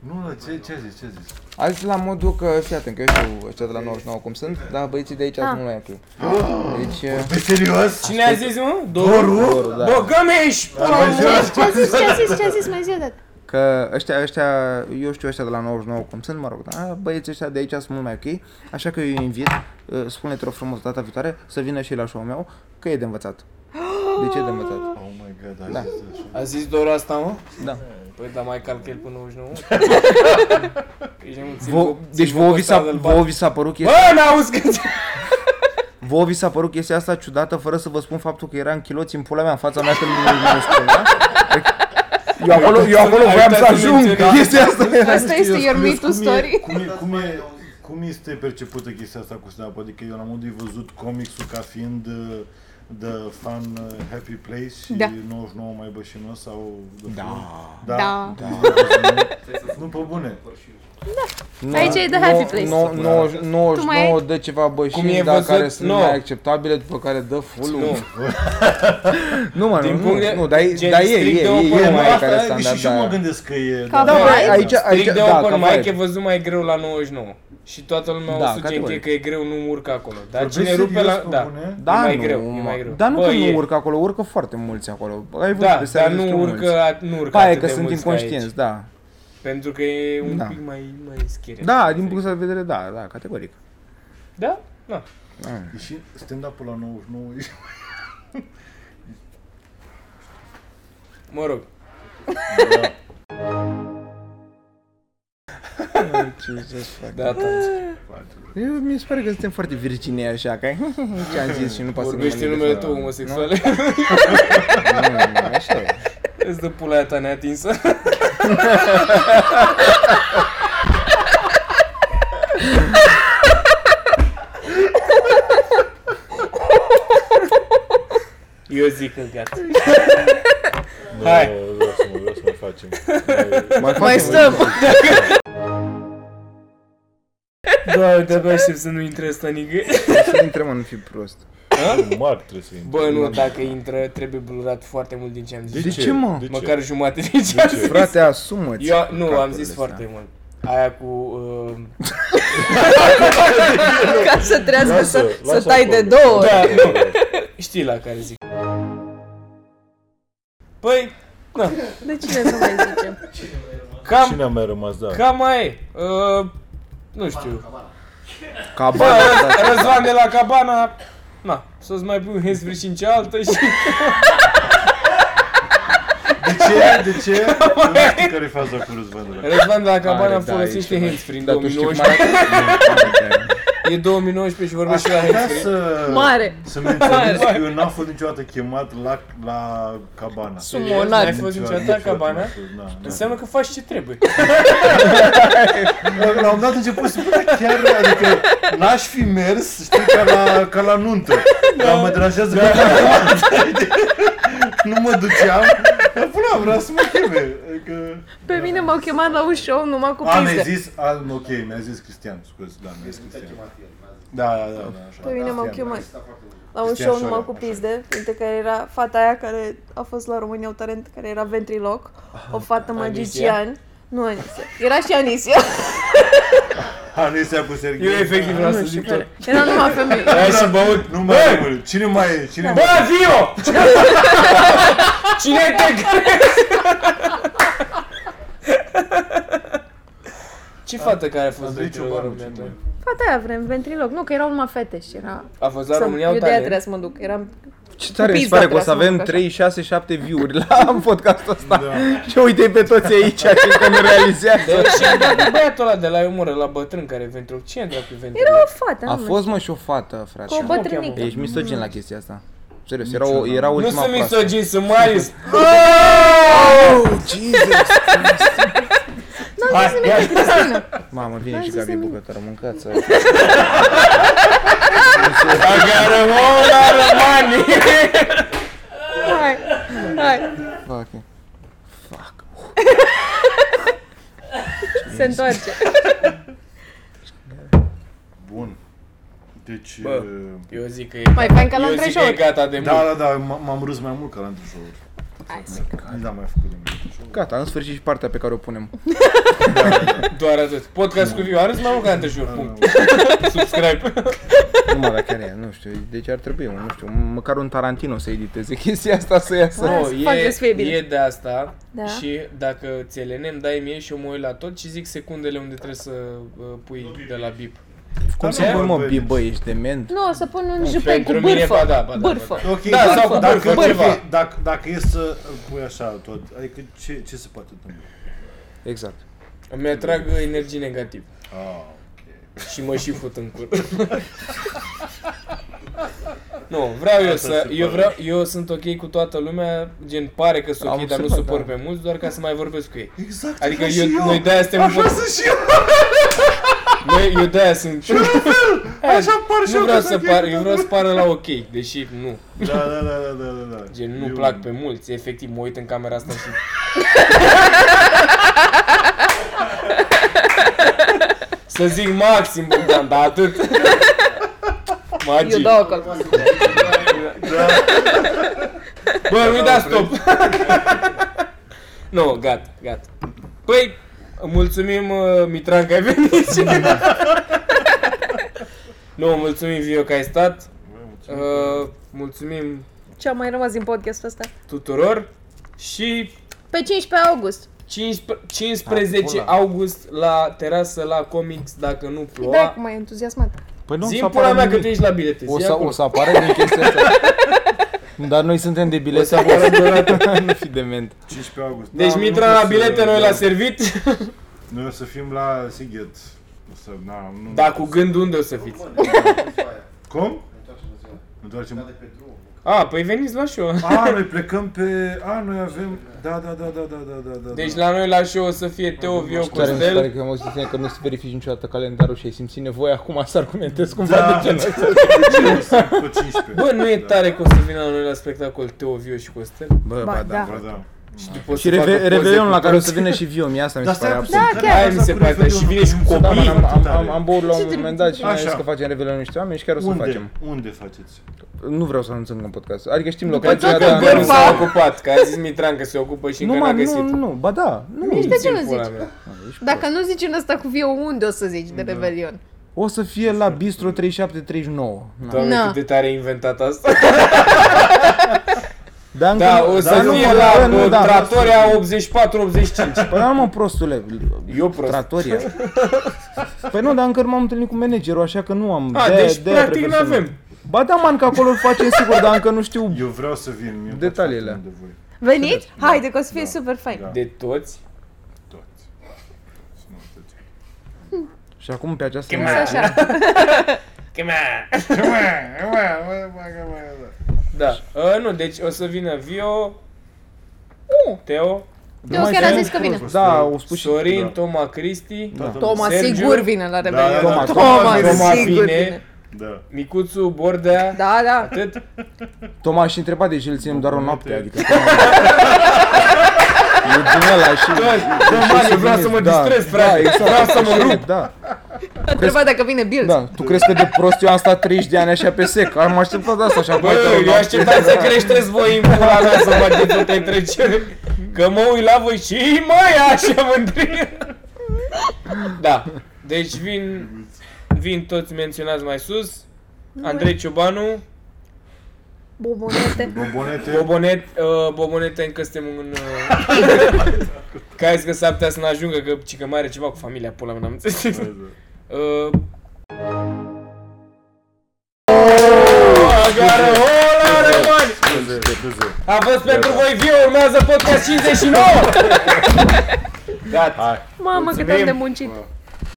Speaker 4: Nu, nu, ce, ce a zis, ce a zis?
Speaker 2: Azi la modul că, fii atent, că eu știu ăștia de la 99 cum sunt, dar băieții de aici
Speaker 3: Ah.
Speaker 2: sunt mult mai ok. Deci, uh,
Speaker 4: Pe serios?
Speaker 1: Cine a zis, mă? Doru?
Speaker 4: Doru?
Speaker 2: Doru, da.
Speaker 1: Bă, gămești!
Speaker 4: Mai zis asta?
Speaker 3: Ce a zis, ce a zis, ce a zis, mai zi odată.
Speaker 2: Că ăștia, ăștia, eu știu ăștia de la 99 cum sunt, mă rog, da, băieții ăștia de aici sunt mult mai ok, așa că eu îi invit, uh, spune-te rog frumos data viitoare, să vină și la show-ul meu, că e de învățat. De ce e de învățat?
Speaker 4: Oh my god, a
Speaker 2: Da.
Speaker 4: zis așa.
Speaker 1: A zis Doru asta, mă?
Speaker 2: Da.
Speaker 1: Păi, dar mai calc el până 99? Ești un țin
Speaker 2: Vo-
Speaker 1: cu-
Speaker 2: deci
Speaker 1: țin
Speaker 2: vouă
Speaker 1: cu
Speaker 2: vi s-a,
Speaker 1: păstrad albat.
Speaker 2: vouă vi s-a părut chestia,
Speaker 1: Bă, n-auzi că...
Speaker 2: vouă vi s-a părut chestia asta ciudată, fără să vă spun faptul că era în chiloți în pula mea, în fața mea când nu nu spunea. Eu acolo, eu acolo
Speaker 1: Ai
Speaker 2: voiam să
Speaker 1: uitat să
Speaker 2: ajung,
Speaker 1: menționai.
Speaker 2: chestia asta era.
Speaker 3: Asta este your me too
Speaker 4: Cum e-
Speaker 3: story.
Speaker 4: Cum e, cum e, cum este percepută chestia asta cu stand Adică eu la modul ai văzut comicsul ca fiind uh, The Fun uh, Happy Place și
Speaker 3: Da.
Speaker 4: 99 mai bășinos sau The
Speaker 2: Da.
Speaker 4: Fun.
Speaker 3: Da.
Speaker 4: Nu pe bune.
Speaker 3: Aici e the happy place.
Speaker 2: No, no, no,
Speaker 3: Tu mai
Speaker 2: 99
Speaker 3: ai-
Speaker 2: dă ceva
Speaker 1: Cum
Speaker 2: bășini,
Speaker 1: e
Speaker 2: dar
Speaker 1: văzut?
Speaker 2: care sunt
Speaker 1: Nu.
Speaker 2: mai acceptabile, după care dă full
Speaker 1: Nu.
Speaker 2: Nu, mă, nu,
Speaker 1: Din punct de-
Speaker 2: nu, nu, dar e,
Speaker 1: gen
Speaker 2: dar e,
Speaker 1: strict
Speaker 2: e,
Speaker 1: de
Speaker 2: e,
Speaker 1: open
Speaker 2: e
Speaker 1: mic.
Speaker 2: mai care
Speaker 4: asta, și,
Speaker 2: standard,
Speaker 4: și eu mă
Speaker 2: da.
Speaker 4: gândesc că e...
Speaker 3: Ca
Speaker 2: Da,
Speaker 3: Open
Speaker 2: bă,
Speaker 3: mic?
Speaker 2: aici, aici,
Speaker 1: Strict de
Speaker 2: da,
Speaker 1: open
Speaker 2: cam
Speaker 1: mic e
Speaker 2: aia.
Speaker 1: văzut mai greu la 99. Și toată lumea
Speaker 2: Da,
Speaker 1: o suge în
Speaker 2: categoric.
Speaker 1: chei că e greu, nu urcă acolo. Dar
Speaker 4: Vorbesc
Speaker 1: cine rupe
Speaker 4: serios,
Speaker 1: la...
Speaker 4: pe
Speaker 1: Da,
Speaker 4: bune?
Speaker 2: Da,
Speaker 1: e mai
Speaker 2: nu,
Speaker 1: greu, e mai greu.
Speaker 2: Dar nu
Speaker 1: Bă,
Speaker 2: că nu
Speaker 1: e-
Speaker 2: urcă acolo, urcă foarte mulți acolo. Ai văzut
Speaker 1: Da,
Speaker 2: pe
Speaker 1: dar
Speaker 2: seara
Speaker 1: nu
Speaker 2: destul mulți.
Speaker 1: urcă, nu urcă
Speaker 2: Ba, e
Speaker 1: atât
Speaker 2: că
Speaker 1: de
Speaker 2: sunt
Speaker 1: mulți ca aici.
Speaker 2: inconștienți, da.
Speaker 1: Pentru că e un
Speaker 2: Da.
Speaker 1: pic mai, mai schere.
Speaker 2: Da, din punctul ăsta de vedere, da, da, categoric.
Speaker 1: Da? Da.
Speaker 4: Și stand-up-ul la 99 e-
Speaker 1: Mă rog. Gata.
Speaker 2: Eu, mi se pare că suntem foarte virginei așa, că ce am zis și nu pasă
Speaker 1: Vorbește
Speaker 2: nimănui de
Speaker 1: numele
Speaker 2: fapt.
Speaker 1: tău omosexual.
Speaker 2: Nu, nu, nu, așa e.
Speaker 1: Îți dă pula aia ta neatinsă. zic că gata. Hai.
Speaker 4: Hai. Vreau să mă, vreau să mă facem.
Speaker 2: Mai,
Speaker 10: Mai
Speaker 2: facem-
Speaker 10: stăm.
Speaker 1: Doamne, de-abia aștept să nu intre ăsta nicăieri.
Speaker 2: Să intrăm în fi prost.
Speaker 4: Marc trebuie să intre.
Speaker 1: Bă, nu, dacă intră, trebuie blurat foarte mult din ce am zis.
Speaker 2: De ce, mă?
Speaker 4: De ce?
Speaker 1: Măcar jumate din ce am
Speaker 4: ce?
Speaker 1: zis.
Speaker 2: Frate, asumă-ți.
Speaker 1: Eu nu, am
Speaker 2: păcatele
Speaker 1: zis
Speaker 2: astea.
Speaker 1: foarte mult. Aia cu... Uh,
Speaker 10: Ca să trească
Speaker 4: Lasă,
Speaker 10: să, să
Speaker 4: lasă
Speaker 10: tai de
Speaker 4: acolo.
Speaker 10: două ori.
Speaker 1: da, nu. Știi la care zic. Păi,
Speaker 10: De cine să mai zicem?
Speaker 1: cam,
Speaker 4: Cine a mai rămas, da?
Speaker 1: cam mai e. Uh, nu știu.
Speaker 2: Ca bani,
Speaker 1: Bă,
Speaker 2: da.
Speaker 1: Răzvan de la cabana... Na, să-ți mai pui un handsfree și în cealaltă și...
Speaker 4: De ce? De ce? Nu știu care e faza cu Răzvan
Speaker 1: Răzvan de la cabana
Speaker 2: Are, da,
Speaker 1: folosește
Speaker 2: e ceva.
Speaker 1: handsfree în
Speaker 2: Dar tu știi
Speaker 1: 2019.
Speaker 2: mai-
Speaker 1: E 2019 și vorbesc și la
Speaker 4: Ca
Speaker 1: handsfree.
Speaker 4: să...
Speaker 10: Mare.
Speaker 4: Să menționez că eu n-am fost niciodată chemat la, la cabana.
Speaker 10: Sumonat.
Speaker 1: Ai fost niciodată la cabana?
Speaker 4: da.
Speaker 1: Înseamnă că faci ce trebuie.
Speaker 4: La un moment dat a început să mă chiar, adică n-aș fi mers, știi, ca la, ca la nuntă.
Speaker 3: Da.
Speaker 4: Dar mă deranjează că nu mă duceam. Dar până vreau să mă cheme. Adică...
Speaker 10: Pe mine m-au chemat la un show numai cu
Speaker 4: A, mi-a
Speaker 10: pizde.
Speaker 4: zis, a, ok, mi-a zis Cristian, scuze, da, mi-a zis Cristian. Da, da, da, da, așa.
Speaker 3: Pe mine m-au
Speaker 4: Cristian,
Speaker 3: chemat
Speaker 4: da.
Speaker 3: la un
Speaker 4: Cristian
Speaker 3: show numai
Speaker 4: Sorea,
Speaker 3: cu
Speaker 4: așa.
Speaker 3: pizde, dintre care era fata aia care a fost la România au talent, care era ventriloc, o fată
Speaker 1: Anisia?
Speaker 3: magician. Nu Anisia. Era și Anisia.
Speaker 4: Anisia cu Serghei. Da.
Speaker 1: Eu efectiv vreau să
Speaker 10: Nu știu
Speaker 1: zic
Speaker 10: care.
Speaker 1: tot.
Speaker 10: Era numai femei.
Speaker 1: Ai și băut.
Speaker 4: Nu mai e, cine mai e, cine mai
Speaker 1: Bă, Vio! Cine te crezi? Ce fată care a
Speaker 4: e?
Speaker 1: fost
Speaker 4: Andrei
Speaker 1: de
Speaker 4: Ciobanu, cine mai e?
Speaker 10: Fata aia vrem, ventriloc. Nu, că erau numai fete și era...
Speaker 1: A fost la
Speaker 3: Să-
Speaker 1: România
Speaker 3: eu
Speaker 1: au
Speaker 3: de aia trebuia
Speaker 1: talent.
Speaker 3: să mă duc. Eram
Speaker 2: Ce tare mi se
Speaker 3: Pizda
Speaker 2: pare că o
Speaker 3: trebuie
Speaker 2: să
Speaker 3: să
Speaker 2: avem
Speaker 3: mă duc
Speaker 2: 3, 6, 7 view-uri la podcastul ăsta.
Speaker 4: Da.
Speaker 2: Și uite pe toți aici și că ne realizează.
Speaker 1: Bă, și a dat băiatul ăla de la umoră la bătrân care e ventriloc. Cine dracu e ventriloc?
Speaker 10: Era o fată,
Speaker 2: A
Speaker 10: nu
Speaker 2: fost mă și o fată,
Speaker 3: cu o
Speaker 2: frate.
Speaker 1: bă-
Speaker 3: bătrânică.
Speaker 2: Ești misogin la chestia asta. Serios, era, o, era
Speaker 1: Nu
Speaker 2: ultima
Speaker 1: sunt
Speaker 2: clasă.
Speaker 1: misogin, sunt Marius.
Speaker 2: Oh, Jesus!
Speaker 1: Hai, ia.
Speaker 2: Mamă, vine și
Speaker 10: zis
Speaker 2: Gabi
Speaker 10: nimic.
Speaker 2: Bucătară, mâncați
Speaker 1: Agară mola romani.
Speaker 10: Hai, hai,
Speaker 1: Ah,
Speaker 2: Fuck.
Speaker 10: se întoarce.
Speaker 4: Bun. Deci...
Speaker 1: Bă.
Speaker 4: uh,
Speaker 1: Eu zic că e
Speaker 3: Păi,
Speaker 10: Mai fain ca la
Speaker 1: eu zic că e
Speaker 10: Andrei
Speaker 1: gata de mult.
Speaker 4: Da, da, da, m- m-am râs mai mult ca la între show-uri.
Speaker 10: Hai să
Speaker 4: Nu am mai făcut nimic.
Speaker 2: Gata, în sfârșit și partea pe care o punem.
Speaker 1: Doar atât. Podcast cu Vio. Arăți mai mult ca Andrei Ciobanu. Punct. Subscribe.
Speaker 2: Numai dacă e, nu știu, deci ar trebui, mă, nu știu, măcar un Tarantino să editeze chestia asta să iasă.
Speaker 10: Hai să fac
Speaker 1: Oh, e,
Speaker 10: să fie bine.
Speaker 1: e de asta
Speaker 3: Da.
Speaker 1: și dacă ți le îmi dai mie și eu mă uit la tot și zic secundele unde trebuie să uh, pui de la bip.
Speaker 2: Cum să
Speaker 4: Dar nu,
Speaker 2: pui, mă,
Speaker 4: bă,
Speaker 2: bi, bă, ești dement?
Speaker 3: Nu, o să pun un jupei
Speaker 1: Pentru
Speaker 3: cu
Speaker 1: mine, ba
Speaker 3: bârfă.
Speaker 1: da, ba da.
Speaker 3: Bârfă.
Speaker 1: Ba
Speaker 4: Ok,
Speaker 1: Da,
Speaker 4: dacă-
Speaker 1: sau cu
Speaker 4: dacă,
Speaker 1: bârfă, ceva.
Speaker 4: ok, dacă, dacă e să pui așa tot, adică ce, ce se poate întâmpla?
Speaker 2: Exact.
Speaker 1: da. Îmi atrag energii negativ
Speaker 4: Ah.
Speaker 1: și mă și fut în cur. nu, vreau eu
Speaker 4: Asta
Speaker 1: să,
Speaker 4: se
Speaker 1: eu
Speaker 4: pare.
Speaker 1: vreau, eu sunt ok cu toată lumea, gen pare că sunt
Speaker 2: Am
Speaker 1: ok, dar nu
Speaker 2: observat,
Speaker 1: suport
Speaker 2: da.
Speaker 1: pe mulți, doar ca să mai vorbesc cu ei.
Speaker 4: Exact,
Speaker 1: Adică
Speaker 4: așa
Speaker 1: eu,
Speaker 4: și
Speaker 1: noi de-aia suntem
Speaker 4: Așa
Speaker 1: un
Speaker 4: sunt și eu.
Speaker 1: Noi, eu de-aia sunt...
Speaker 4: Așa par și
Speaker 1: nu
Speaker 4: eu
Speaker 1: vreau
Speaker 4: că
Speaker 1: să
Speaker 4: sunt
Speaker 1: par,
Speaker 4: eu.
Speaker 1: eu vreau să pară la ok, deși nu.
Speaker 4: Da, da, da, da, da, da, da.
Speaker 1: Gen, nu
Speaker 4: Eu-
Speaker 1: plac pe mulți, efectiv mă uit în camera asta și... Să zic maxim, Bogdan, dar atât.
Speaker 10: Eu
Speaker 1: Magic.
Speaker 10: dau acolo.
Speaker 4: Da,
Speaker 1: Bă, nu-i da stop. Nu, gata, gata. Păi, mulțumim, uh, Mitran, că ai venit. Nu, mulțumim, Vio, că ai stat. Uh, mulțumim
Speaker 3: Ce a mai rămas din podcastul ăsta?
Speaker 1: tuturor și
Speaker 10: Pe 15 august.
Speaker 1: 15, 15 august la terasă la Comics dacă nu ploua.
Speaker 3: Da, cum mai entuziasmat.
Speaker 2: Păi nu,
Speaker 1: Zi
Speaker 2: s-a
Speaker 1: pula
Speaker 2: pare
Speaker 1: mea că
Speaker 2: nimic.
Speaker 1: tu ești la bilete.
Speaker 2: O
Speaker 1: zi
Speaker 2: să,
Speaker 1: acolo.
Speaker 2: o să apară din chestia asta. Dar noi suntem de
Speaker 1: O
Speaker 2: bilete.
Speaker 1: să apară deodată.
Speaker 2: nu fi dement.
Speaker 4: 15 august.
Speaker 1: Deci
Speaker 4: Da, nu
Speaker 1: Mitra la
Speaker 4: pot
Speaker 1: bilete,
Speaker 4: să-
Speaker 1: noi
Speaker 4: da.
Speaker 1: la servit.
Speaker 4: Noi o să fim la Sighet. O să, na,
Speaker 2: Da,
Speaker 4: nu...
Speaker 1: Da, cu gând unde o să fiți?
Speaker 4: Da, Cum? Întoarcem.
Speaker 1: A, păi veniți la show.
Speaker 4: A, noi plecăm pe... A, noi avem... Da, da, da, da, da, da, da, da.
Speaker 1: Deci la noi la show o să fie Teo, Vio,
Speaker 11: Care mi se pare
Speaker 1: Costel.
Speaker 11: că am auzit că nu se verifici niciodată calendarul și ai simțit nevoia acum să argumentez cumva
Speaker 4: Da.
Speaker 11: de ce nu.
Speaker 4: Cu 15.
Speaker 1: Bă, nu e tare că o să vină la noi la spectacol Teo, Vio și Costel?
Speaker 2: Bă,
Speaker 3: Ba,
Speaker 2: ba,
Speaker 3: da.
Speaker 2: da.
Speaker 4: Bă, da.
Speaker 1: Și după o să
Speaker 2: Și
Speaker 1: facă
Speaker 2: reve-
Speaker 1: poze
Speaker 2: Revelion
Speaker 1: cu
Speaker 2: la care o să
Speaker 1: toți.
Speaker 2: vină și Viomia, asta mi se
Speaker 4: Păi,
Speaker 2: pare absolut...
Speaker 3: Da, chiar.
Speaker 1: Aia mi se pare tare. și vine și cu
Speaker 11: Da, mă,
Speaker 1: copii.
Speaker 11: am, am, am, am băut la un
Speaker 3: Ce
Speaker 11: moment dat și am
Speaker 4: Așa.
Speaker 11: zis că facem revelion niște oameni și chiar o să
Speaker 4: Unde?
Speaker 11: facem.
Speaker 4: Unde faceți?
Speaker 2: Nu vreau să anunțăm în podcast. Adică știm
Speaker 1: Că
Speaker 3: Păi
Speaker 2: locația,
Speaker 1: că
Speaker 2: dar...
Speaker 1: încă nu s-a ocupat, că a zis Mitran că se ocupă și
Speaker 2: Nu,
Speaker 1: încă n-a
Speaker 2: mă, nu,
Speaker 1: găsit. Deci,
Speaker 2: nu, nu, ba da, nu.
Speaker 3: Nici de ce nu
Speaker 1: Pula
Speaker 3: zici?
Speaker 1: mea.
Speaker 3: Dacă nu zici în ăsta cu viu, unde o să zici de
Speaker 1: Da.
Speaker 3: Revelion?
Speaker 2: O să fie la Bistro 3739. Na.
Speaker 1: Doamne,
Speaker 3: Na.
Speaker 1: cât de tare ai inventat asta.
Speaker 2: Dar încă
Speaker 1: Da,
Speaker 2: nu-
Speaker 1: o să
Speaker 2: dar nu
Speaker 1: fie
Speaker 2: mă-
Speaker 1: la
Speaker 2: nu, da.
Speaker 1: Tratoria 84-85.
Speaker 2: Păi da, mă, prostule,
Speaker 1: Eu prost.
Speaker 2: tratoria. Păi nu, dar încă nu m-am întâlnit cu managerul, așa că nu am...
Speaker 1: A,
Speaker 2: de-
Speaker 1: deci
Speaker 2: de-aia
Speaker 1: practic
Speaker 2: trebuie să
Speaker 1: n-avem.
Speaker 2: nu- Ba da, man, că acolo îl facem sigur, dar încă nu știu...
Speaker 4: Eu vreau să vin. Mie îmi
Speaker 2: Detaliile.
Speaker 4: place foarte mult de
Speaker 12: Veniți? Haide că o să fie super fain.
Speaker 4: Da.
Speaker 1: De toți?
Speaker 4: voi. Toți. Să nu uitați.
Speaker 2: Și acum pe această...
Speaker 1: Chema.
Speaker 3: Să așa.
Speaker 1: Da. Uh, nu, deci o să vină Vio, Teo,
Speaker 3: Teo
Speaker 2: mai
Speaker 3: chiar a
Speaker 2: știu.
Speaker 3: zis că vine.
Speaker 2: Da, o spus și... Da.
Speaker 1: Sorin,
Speaker 4: da.
Speaker 1: Toma, Cristi,
Speaker 4: Toată
Speaker 3: Toma
Speaker 1: Sergiu?
Speaker 3: sigur vine la Revelion.
Speaker 4: da,
Speaker 2: Toma,
Speaker 4: da.
Speaker 2: Toma,
Speaker 3: Toma,
Speaker 1: Toma vine,
Speaker 3: sigur vine.
Speaker 4: Da.
Speaker 1: Micuțu, Bordea,
Speaker 3: Da, da.
Speaker 1: atât.
Speaker 2: Toma și întreba de ce îl ținem doar o noapte,
Speaker 4: Bine.
Speaker 2: adică... E din ăla și...
Speaker 1: Mane, vreau să mă
Speaker 2: Da,
Speaker 1: distrez,
Speaker 2: da,
Speaker 1: frate.
Speaker 2: exact.
Speaker 1: Vreau să mă rup.
Speaker 2: Da,
Speaker 3: A întrebat dacă vine Bill.
Speaker 2: da, tu crezi că de prost eu am stat 30 de ani așa pe sec, am așteptat asta așa
Speaker 1: Bă,
Speaker 2: da.
Speaker 1: eu așteptam să creșteți voi în pula mea să faceți tot întrecere. Că mă uit la voi și mai așa mă întrebi. Da, deci vin, vin toți menționați mai sus. Andrei Ciobanu,
Speaker 3: Bobonete.
Speaker 4: Bobonete.
Speaker 1: Bobonet, uh, Bobonete încă suntem în... Uh, că ai zis că s-ar putea să nu ajungă, că, ci că mai are ceva cu familia, pula mea, n-am înțeles.
Speaker 4: Da,
Speaker 1: Uh,
Speaker 4: da.
Speaker 1: Agară, hola, rămâni!
Speaker 4: Scuze, scuze.
Speaker 1: A fost pentru voi viu, urmează podcast 59! Gata.
Speaker 3: Mamă, cât am
Speaker 1: Mulțumim.
Speaker 3: de muncit.
Speaker 4: Wow.